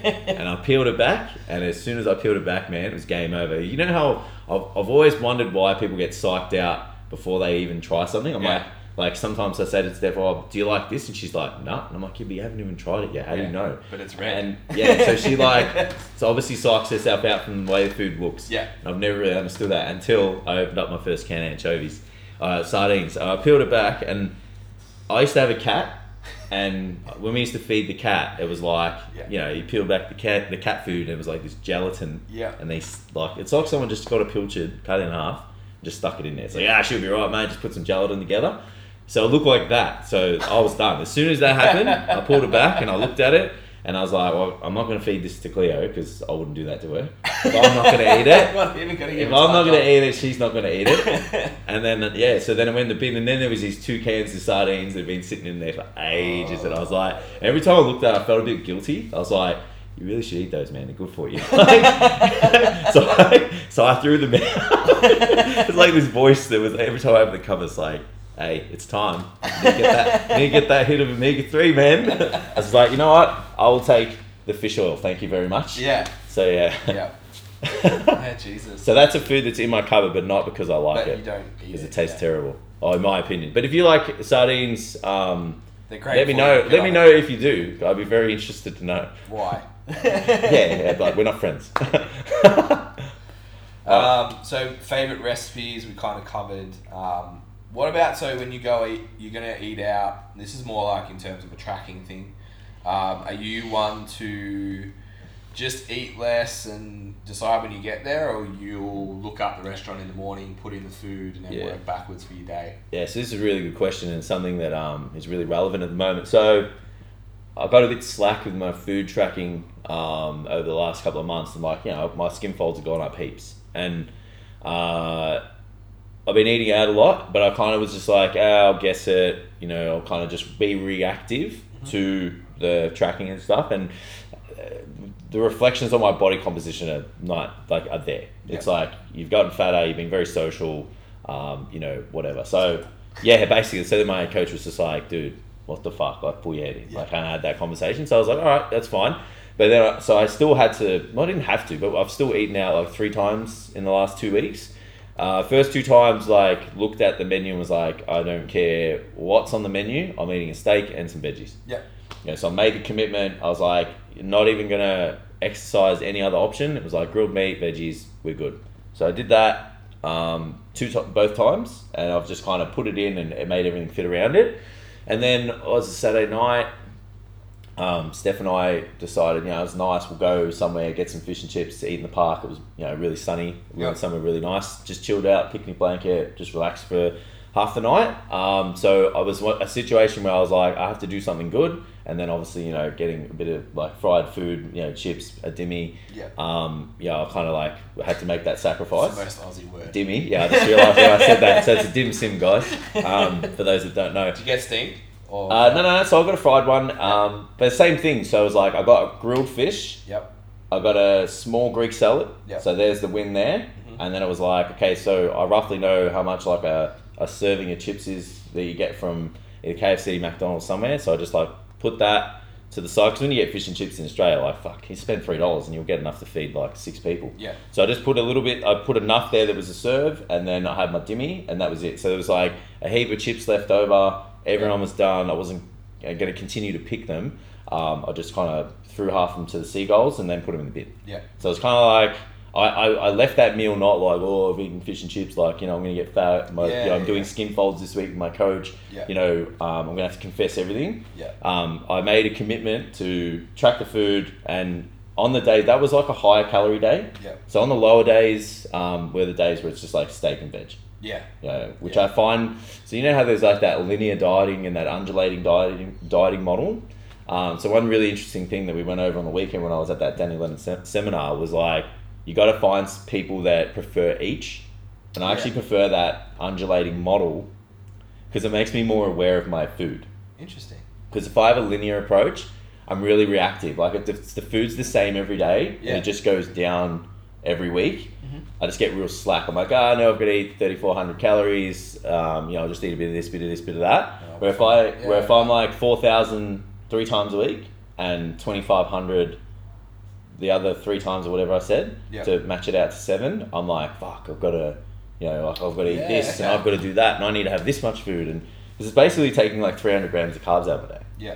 S2: and I peeled it back, and as soon as I peeled it back, man, it was game over. You know how I've, I've always wondered why people get psyched out before they even try something. I'm
S1: Yeah.
S2: like, like sometimes I say to Steph, "Oh, do you like this?" And she's like, "Nah." And I'm like, "Yeah, but you haven't even tried it yet. How do
S1: Yeah.
S2: you know?"
S1: But it's red.
S2: And yeah, so she like, so obviously psychs herself out from the way the food looks.
S1: Yeah.
S2: And I've never really understood that until I opened up my first can of anchovies, uh, sardines. And I peeled it back, and I used to have a cat, and when we used to feed the cat, it was like,
S1: Yeah.
S2: you know, you peel back the cat, the cat food, and it was like this gelatin.
S1: Yeah.
S2: And they s- like, it's like someone just got a pilchard, cut it in half, and just stuck it in there. It's like, ah, she'll be right, mate. Just put some gelatin together. So it looked like that. So I was done. As soon as that happened, I pulled it back and I looked at it. And I was like, well, I'm not going to feed this to Cleo because I wouldn't do that to her. If I'm not going to eat it,
S1: Not even gonna
S2: if
S1: give
S2: I'm
S1: a
S2: not going
S1: touch
S2: to eat it, she's not going to eat it.
S1: on.
S2: And then, yeah, so then it went in the bin. And then there was these two cans of sardines that had been sitting in there for ages. And I was like, every time I looked at it, I felt a bit guilty. I was like, you really should eat those, man. They're good for you. so, I, so I threw them out. it's like this voice that was, every time I opened the cover, it's like, hey, it's time. You need to get that, you need to get that hit of omega 3, man. I was like, you know what? I will take the fish oil. Thank you very much.
S1: yeah.
S2: So, yeah.
S1: Yeah. Yeah, Jesus.
S2: So that's a food that's in my cupboard, but not because I
S1: but
S2: like
S1: you
S2: it,
S1: don't eat
S2: because
S1: it.
S2: it tastes
S1: yeah.
S2: terrible. Oh, in my opinion. But if you like sardines, um,
S1: They're great
S2: let me
S1: for you,
S2: know.
S1: good
S2: Let
S1: on
S2: me
S1: it.
S2: know if you do. I'd be very interested to know.
S1: why.
S2: Yeah, yeah like we're not friends. uh,
S1: Um, so favorite recipes we kind of covered. Um, what about so when you go eat, you're gonna eat out. This is more like in terms of a tracking thing. Um, are you one to just eat less and decide when you get there, or you'll look up the restaurant in the morning, put in the food, and then
S2: Yeah.
S1: work backwards for your day?
S2: Yeah, so this is a really good question and something that um, is really relevant at the moment. So I got a bit slack with my food tracking um, over the last couple of months. And like, you know, my skin folds have gone up heaps. And uh, I've been eating out a lot, but I kind of was just like, "Ah, I'll guess it, you know, I'll kind of just be reactive to the tracking and stuff. And uh, the reflections on my body composition are not like are there. It's
S1: Yeah.
S2: like you've gotten fatter, you've been very social, um, you know, whatever. So yeah, basically, so then my coach was just like, dude, what the fuck, like pull your head in.
S1: Yeah.
S2: Like I had that conversation, so I was like, all right, that's fine. But then, I- so I still had to. Well, I didn't have to, but I've still eaten out like three times in the last two weeks. Uh, first two times, like looked at the menu and was like, I don't care what's on the menu. I'm eating a steak and some veggies
S1: Yeah.
S2: you know, so I made the commitment. I was like, not even gonna exercise any other option. It was like grilled meat, veggies, we're good. So I did that um, two to- both times, and I've just kind of put it in and it made everything fit around it. And then it was a Saturday night. Um, Steph and I decided, you know, it was nice. We'll go somewhere, get some fish and chips to eat in the park. It was, you know, really sunny. We
S1: Yeah.
S2: went somewhere really nice. Just chilled out, picnic blanket, just relaxed for half the night. Um, so I was wa- a situation where I was like, I have to do something good, and then obviously, you know, getting a bit of like fried food, you know, chips, a dimmy.
S1: Yeah.
S2: Um, yeah, I kind of like had to make that
S1: It's
S2: sacrifice.
S1: the most Aussie word. Did
S2: Dimmy, yeah, I just realised when I said that. So it's a dim sim, guys. Um, for those that don't know,
S1: you get steamed? Or
S2: uh, no, no, no. So I got a fried one, um, but same thing. So it was like I got a grilled fish,
S1: Yep.
S2: I got a small Greek salad.
S1: Yeah.
S2: So there's the win there, and then it was like okay, so I roughly know how much like a, a serving of chips is that you get from either KFC, McDonald's, somewhere. So I just like put that to the side because when you get fish and chips in Australia, like fuck, you spend three dollars and you'll get enough to feed like six people.
S1: Yeah.
S2: So I just put a little bit. I put enough there that was a serve, and then I had my dimmy, and that was it. So there was like a heap of chips left over. Everyone was done. I wasn't going to continue to pick them. Um, I just kind of threw half of them to the seagulls and then put them in the bin.
S1: Yeah.
S2: So it's kind of like I, I, I left that meal not like oh I've eaten fish and chips like you know I'm gonna get fat. My,
S1: Yeah,
S2: you know, I'm
S1: yeah,
S2: doing
S1: yeah.
S2: skin folds this week with my coach.
S1: Yeah.
S2: You know um, I'm gonna have to confess everything
S1: Yeah.
S2: um, I made a commitment to track the food, and on the day that was like a higher calorie day.
S1: Yeah.
S2: So on the lower days um, were the days where it's just like steak and veg,
S1: Yeah.
S2: you know, which
S1: Yeah.
S2: I find. So you know how there's like that linear dieting and that undulating dieting dieting model. Um, so one really interesting thing that we went over on the weekend when I was at that Danny Lennon sem- seminar was like you got to find s- people that prefer each, and I
S1: Yeah.
S2: actually prefer that undulating model because it makes me more aware of my food.
S1: Interesting.
S2: Because if I have a linear approach, I'm really reactive. Like if the, if the food's the same every day
S1: Yeah.
S2: and it just goes down every week, I just get real slack. I'm like, oh no, I've got to eat 3,400 calories. Um, you know, I'll just eat a bit of this, bit of this, bit of that.
S1: Oh,
S2: where if I,
S1: yeah.
S2: where if I'm like 4,000 three times a week and 2500 the other three times or whatever I said
S1: Yeah.
S2: to match it out to seven, I'm like, fuck, I've got to, you know, like I've got to
S1: Yeah,
S2: eat this and
S1: okay.
S2: I've got to do that and I need to have this much food. And this is basically taking like 300 grams of carbs out of a day.
S1: Yeah.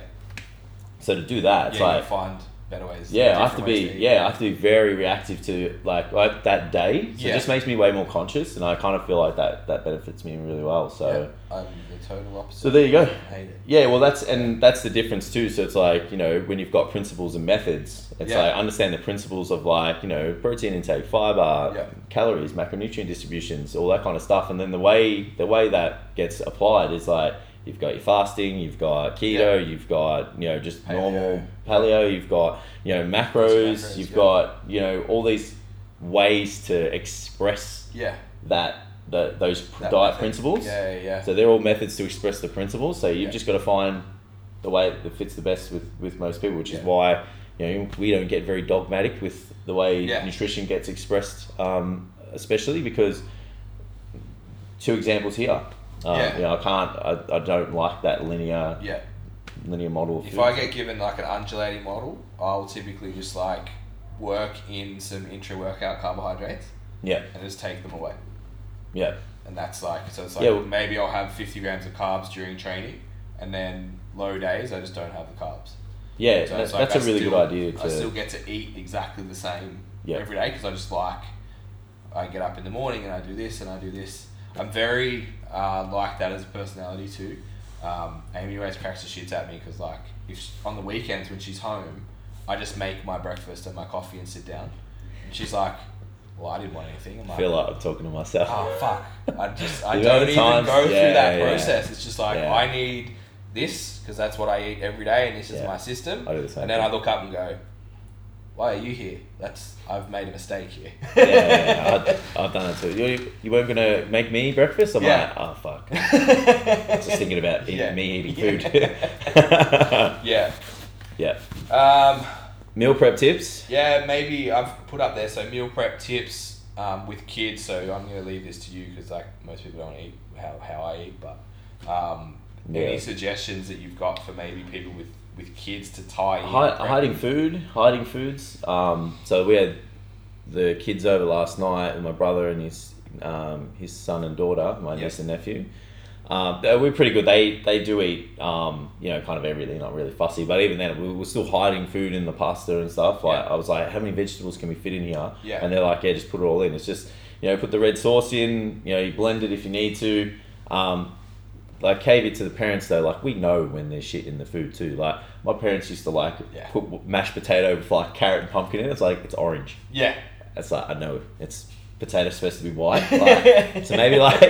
S2: So to do that,
S1: yeah,
S2: it's
S1: you
S2: like,
S1: find better ways.
S2: yeah, I have to
S1: different
S2: be
S1: ways eat.
S2: yeah, I have to be very reactive to like like that day. So
S1: Yeah.
S2: it just makes me way more conscious, and I kind of feel like that that benefits me really well. So
S1: Yeah, I'm the total opposite.
S2: so there you go.
S1: Hate it.
S2: Yeah, well that's and that's the difference too. So it's like you know when you've got principles and methods, it's
S1: Yeah.
S2: like understand the principles of like you know protein intake, fiber,
S1: Yeah.
S2: calories, macronutrient distributions, all that kind of stuff, and then the way the way that gets applied is like. You've got your fasting, you've got
S1: Yeah.
S2: keto, you've got you know just
S1: Paleo.
S2: normal paleo, you've got you know macros,
S1: Macros,
S2: you've
S1: yeah.
S2: got you know all these ways to express
S1: Yeah.
S2: that, that those
S1: that
S2: diet
S1: method.
S2: principles.
S1: Yeah, yeah, yeah.
S2: So they're all methods to express the principles. So you've
S1: Yeah.
S2: just got to find the way that fits the best with, with most people, which
S1: Yeah.
S2: is why you know we don't get very dogmatic with the way
S1: Yeah.
S2: nutrition gets expressed, um, especially because two examples here. Um,
S1: Yeah.
S2: You know, I can't. I, I don't like that linear
S1: yeah.
S2: linear model. of
S1: If
S2: food.
S1: I get given like an undulating model, I'll typically just like work in some intra workout carbohydrates
S2: yeah,
S1: and just take them away.
S2: yeah,
S1: And that's like, so it's like
S2: Yeah, well-
S1: maybe I'll have 50 grams of carbs during training and then low days I just don't have the carbs.
S2: yeah.
S1: So
S2: that-
S1: it's like
S2: that's a
S1: I
S2: really
S1: still-
S2: good idea. To,
S1: I still get to eat exactly the same
S2: Yeah.
S1: every day because I just like I get up in the morning and I do this and I do this. I'm very uh, like that as a personality too. Um, Amy always cracks the shits at me because like if sh on the weekends when she's home, I just make my breakfast and my coffee and sit down. And she's like, "Well, I didn't want anything." I'm
S2: I
S1: like,
S2: feel like I'm talking to myself.
S1: oh fuck i just i
S2: The
S1: don't
S2: amount of
S1: even
S2: times-
S1: go through
S2: yeah,
S1: that
S2: yeah.
S1: process it's just like
S2: Yeah.
S1: i need this because that's what i eat every day and this is
S2: Yeah.
S1: my system
S2: I do the same
S1: and then
S2: thing.
S1: i look up and go why are you here that's i've made a mistake here
S2: yeah, yeah, yeah. I, I've done it too. You, you weren't gonna make me breakfast. I'm
S1: Yeah.
S2: like, oh fuck.
S1: just
S2: just thinking about eat, me eating food.
S1: yeah
S2: yeah.
S1: um
S2: Meal prep tips.
S1: yeah maybe i've put up there so meal prep tips um, with kids so i'm going to leave this to you because like most people don't eat how, how i eat but um, any
S2: Yeah.
S1: suggestions that you've got for maybe people with with kids to tie in
S2: Hi-
S1: prep?
S2: hiding food, hiding foods. Um, so we had the kids over last night, and my brother and his um, his son and daughter, my
S1: Yeah.
S2: niece and nephew. Um, they- we're pretty good. They they do eat, um, you know, kind of everything. Not really fussy, but even then, we were still hiding food in the pasta and stuff. Like
S1: Yeah.
S2: I was like, how many vegetables can we fit in here?
S1: Yeah.
S2: And they're like, yeah, just put it all in. It's just you know, put the red sauce in. You know, you blend it if you need to. Um, like caveat to the parents though, like we know when there's shit in the food too. Like my parents used to like
S1: Yeah.
S2: put w- mashed potato with like carrot and pumpkin in. it. It's like it's orange.
S1: yeah
S2: It's like I know it's potato's supposed to be white. Like, so maybe like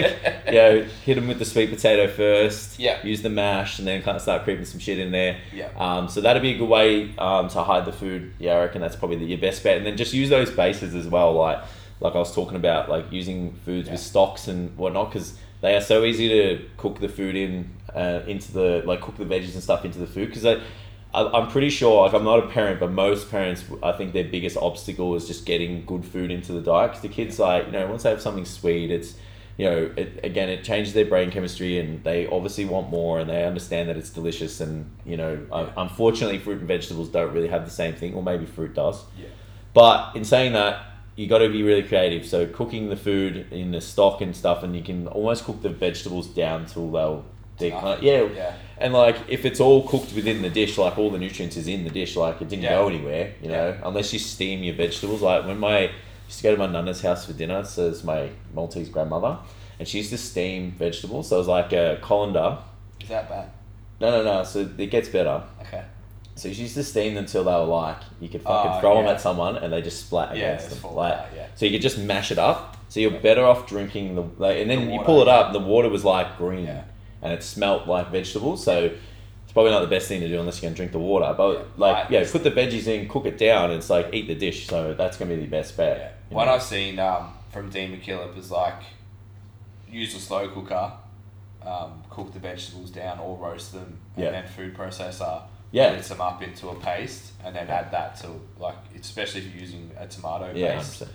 S2: you know hit them with the sweet potato first.
S1: Yeah.
S2: Use the mash and then kind of start creeping some shit in there.
S1: Yeah.
S2: Um, so that'd be a good way um, to hide the food. Yeah, I reckon that's probably the, your best bet. And then just use those bases as well. Like like I was talking about, like using foods with
S1: Yeah.
S2: stocks and whatnot because they are so easy to cook the food in uh, into the like cook the veggies and stuff into the food because I'm pretty sure, like, I'm not a parent, but most parents, I think their biggest obstacle is just getting good food into the diet. Because the kids, like, you know, once they have something sweet, it's, you know, it, again, it changes their brain chemistry and they obviously want more and they understand that it's delicious. And, you know, un-
S1: Yeah.
S2: Uh, unfortunately, fruit and vegetables don't really have the same thing, or maybe fruit does.
S1: yeah
S2: But in saying that, you got to be really creative. So cooking the food in the stock and stuff, and you can almost cook the vegetables down till they'll. They
S1: Ah.
S2: kind of, uh, yeah,
S1: yeah
S2: and like, if it's all cooked within the dish, like all the nutrients is in the dish, like it didn't
S1: Yeah.
S2: go anywhere, you know.
S1: Yeah.
S2: Unless you steam your vegetables. Like when my used to go to my nana's house for dinner, so it's my Maltese grandmother, and she used to steam vegetables. So it was like a colander.
S1: is that bad
S2: No, no, no. So it gets better.
S1: okay
S2: So she used to steam them till they were like you could fucking
S1: Oh,
S2: throw them
S1: yeah.
S2: at someone and they just splat
S1: yeah
S2: against
S1: it's
S2: them.
S1: full
S2: Like
S1: out, yeah
S2: so you could just mash it up. So you're
S1: Yeah.
S2: better off drinking the like, and then
S1: The
S2: you
S1: water,
S2: pull it
S1: yeah.
S2: up. The water was like green,
S1: Yeah.
S2: and it smelt like vegetables. So it's probably not the best thing to do unless you're gonna drink the water. But
S1: Yeah.
S2: like,
S1: I-
S2: yeah, put the veggies in, cook it down. And it's like eat the dish. So that's gonna be the best bet.
S1: Yeah.
S2: you
S1: One
S2: know?
S1: I've seen um, from Dean McKillop is like use a slow cooker, um, cook the vegetables down or roast them, and
S2: Yeah.
S1: then food processor
S2: Yeah.
S1: blitz them up into a paste, and then add that to like especially if you're using a tomato
S2: yeah,
S1: paste.
S2: 100%.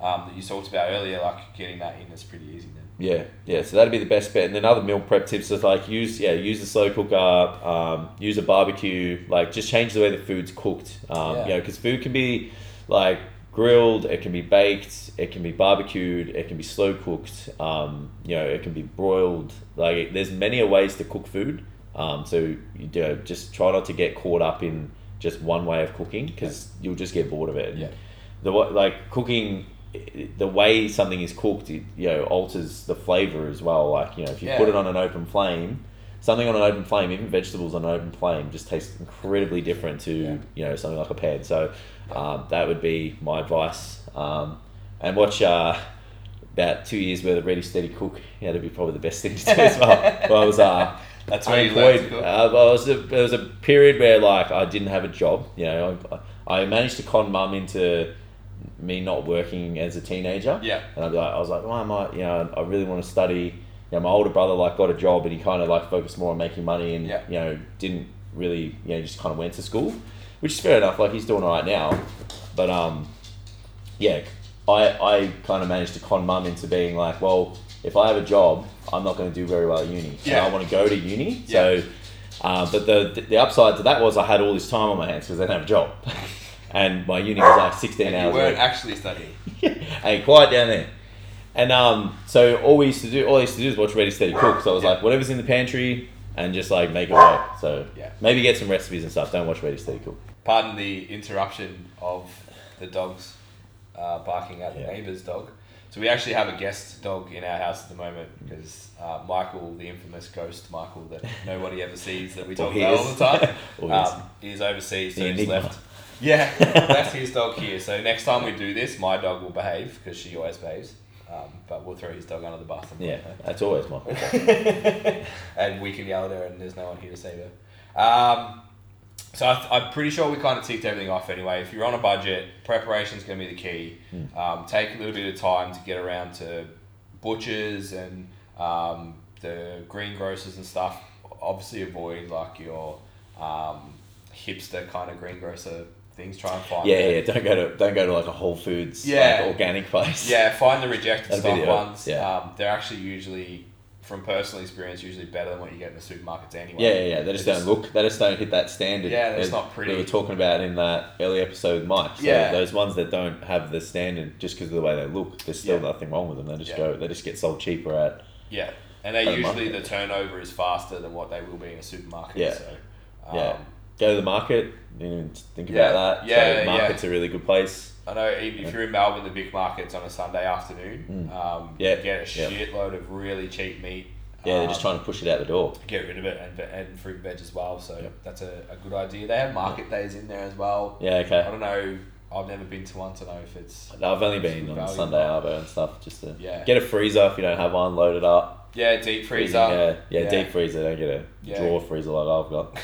S1: um, that you talked about earlier, like getting that in is pretty easy then.
S2: Yeah, yeah. So that'd be the best bet. And then other meal prep tips is like use yeah use the slow cooker, um, use a barbecue. Like just change the way the food's cooked. Um,
S1: Yeah.
S2: You know, because food can be like grilled, it can be baked, it can be barbecued, it can be slow cooked. Um, you know, it can be broiled. Like there's many a ways to cook food. Um, so you know, just try not to get caught up in just one way of cooking because you'll just get bored of it.
S1: Yeah.
S2: The wa- like cooking, the way something is cooked, it, you know, alters the flavor as well. Like you know, if you put
S1: Yeah.
S2: it on an open flame, something on an open flame, even vegetables on an open flame, just tastes incredibly different to
S1: Yeah.
S2: you know something like a pan. So um, that would be my advice. Um, and watch uh, about two years worth of Ready Steady Cook. Yeah, that'd be probably the best thing to do as well. well, I was uh,
S1: That's where you learn to
S2: unemployed.
S1: cook.
S2: Uh, well, it was a, there was a period where like I didn't have a job. You know, I, I managed to con mum into me not working as a teenager.
S1: Yeah.
S2: And I'd be like, I was like, why am I? You know, I really want to study. You know, my older brother like got a job and he kind of like focused more on making money and
S1: Yeah.
S2: you know didn't really you know just kind of went to school, which is fair enough. Like he's doing all right now, but um, yeah, I I kind of managed to con mum into being like, well, if I have a job, I'm not going to do very well at uni.
S1: Yeah.
S2: And I want to go to uni.
S1: Yeah.
S2: So, uh, but the the upside to that was I had all this time on my hands because I didn't have a job, and my uni was like 16
S1: And
S2: hours.
S1: you
S2: a
S1: weren't
S2: week.
S1: actually studying.
S2: hey, quiet down there. And um, so all we used to do, all I used to do is watch Ready Steady Cook. So I was
S1: Yeah.
S2: like, whatever's in the pantry, and just like make it work. So
S1: Yeah.
S2: maybe get some recipes and stuff. Don't watch Ready Steady Cook.
S1: Pardon the interruption of the dogs uh, barking at the
S2: Yeah.
S1: neighbour's dog. So we actually have a guest dog in our house at the moment
S2: Mm.
S1: because uh, Michael, the infamous ghost Michael that nobody ever sees that we
S2: Or
S1: talk
S2: he
S1: about all
S2: is.
S1: the time,
S2: Or he is.
S1: um, is overseas, so
S2: The
S1: he's
S2: enigma.
S1: left. Yeah, left his dog here. So next time we do this, my dog will behave because she always behaves. Um, but we'll throw his dog under the bus. And
S2: Yeah, that's always my.
S1: and we can yell at her, and there's no one here to save her. Um, so I th- I'm pretty sure we kind of ticked everything off anyway. If you're on a budget, preparation's going to be the key.
S2: Hmm.
S1: Um, take a little bit of time to get around to butchers and um, the greengrocers and stuff. Obviously, avoid like your um, hipster kind of greengrocer things. Try and find
S2: Yeah,
S1: the-
S2: yeah. Don't go to don't go to like a Whole Foods
S1: Yeah.
S2: like organic place.
S1: Yeah, find the rejected
S2: That'd be
S1: stock
S2: the-
S1: ones.
S2: yeah.
S1: Um, they're actually usually, from personal experience, usually better than what you get in the supermarkets anyway.
S2: Yeah, yeah, yeah. They just
S1: It's-
S2: don't look. They just don't hit that standard.
S1: Yeah, that's
S2: that
S1: not pretty.
S2: We were talking about in that early episode, with Mike. So
S1: Yeah.
S2: those ones that don't have the standard just because of the way they look, there's still
S1: Yeah.
S2: nothing wrong with them. They just
S1: Yeah.
S2: go. They just get sold cheaper at.
S1: Yeah, and they
S2: At the
S1: usually the
S2: market.
S1: turnover is faster than what they will be in a supermarket.
S2: Yeah.
S1: So, um,
S2: yeah. Go to the market. You know, think
S1: Yeah,
S2: about that.
S1: yeah, yeah.
S2: so market's a really good place.
S1: I know if if you're in Melbourne, the big markets on a Sunday afternoon, um,
S2: Mm. Yeah,
S1: you get a
S2: yeah.
S1: shitload of really cheap meat.
S2: Yeah, they're
S1: um,
S2: just trying to push it out the door.
S1: get rid of it and, and fruit and veg as well. So that's a, a good idea. They have market days in there as well.
S2: Yeah,
S1: I
S2: okay.
S1: don't know. I've never been to one to know if it's
S2: No, I've only been
S1: It's
S2: on
S1: valuable.
S2: Sunday Arvo and stuff just to
S1: Yeah.
S2: get a freezer if you don't have one, load it up.
S1: yeah deep freezer.
S2: Yeah, yeah, deep freezer. Don't get a
S1: Yeah.
S2: drawer freezer like I've got.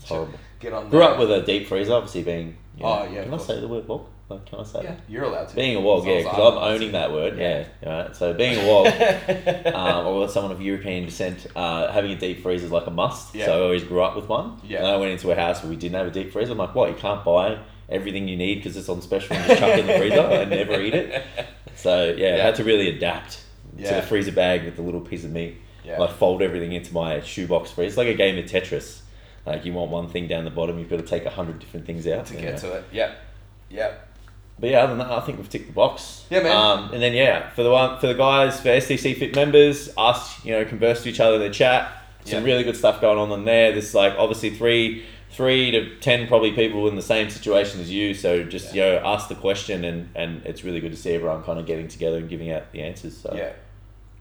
S2: It's horrible.
S1: Get on.
S2: Grew
S1: the-
S2: up with a deep freezer, obviously being. You know,
S1: Oh, yeah, of
S2: Can I
S1: course.
S2: say the word wog? Like, can I say
S1: Yeah,
S2: that?
S1: you're allowed to.
S2: Being a wog,
S1: As long
S2: yeah,
S1: as
S2: because I'm
S1: allowed to.
S2: owning that word.
S1: Yeah.
S2: Yeah. Right. So being a wog, um, or someone of European descent, uh, having a deep freezer is like a must.
S1: Yeah.
S2: So I always grew up with one.
S1: Yeah.
S2: And then I went into a house where we didn't have a deep freezer. I'm like, what? You can't buy everything you need because it's on special and just chuck it in the freezer and never eat it. So yeah, I
S1: Yeah.
S2: had to really adapt to
S1: Yeah.
S2: the freezer bag with the little piece of meat.
S1: Yeah.
S2: Like fold everything into my shoebox freezer. It's like a game of Tetris. Like you want one thing down the bottom, you've got to take a hundred different things out. uh,
S1: to
S2: you
S1: get
S2: know.
S1: to it. Yep. Yep.
S2: But yeah, other than that, I think we've ticked the box.
S1: Yeah, man.
S2: Um, and then yeah, for the one for the guys for STC Fit members, us you know converse to each other in the chat. Some
S1: Yeah.
S2: really good stuff going on in there. There's like obviously three three to ten probably people in the same situation as you. So just you know ask the question and and it's really good to see everyone kind of getting together and giving out the answers. So
S1: Yeah.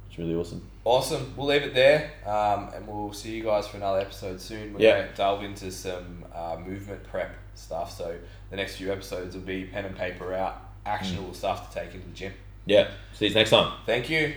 S2: it's really awesome.
S1: Awesome. We'll leave it there, um, and we'll see you guys for another episode soon. We're
S2: Yeah.
S1: going to delve into some uh, movement prep stuff. So the next few episodes
S2: Hmm.
S1: will be pen and paper out, actionable stuff to take into the gym.
S2: Yeah. See you next time.
S1: Thank you.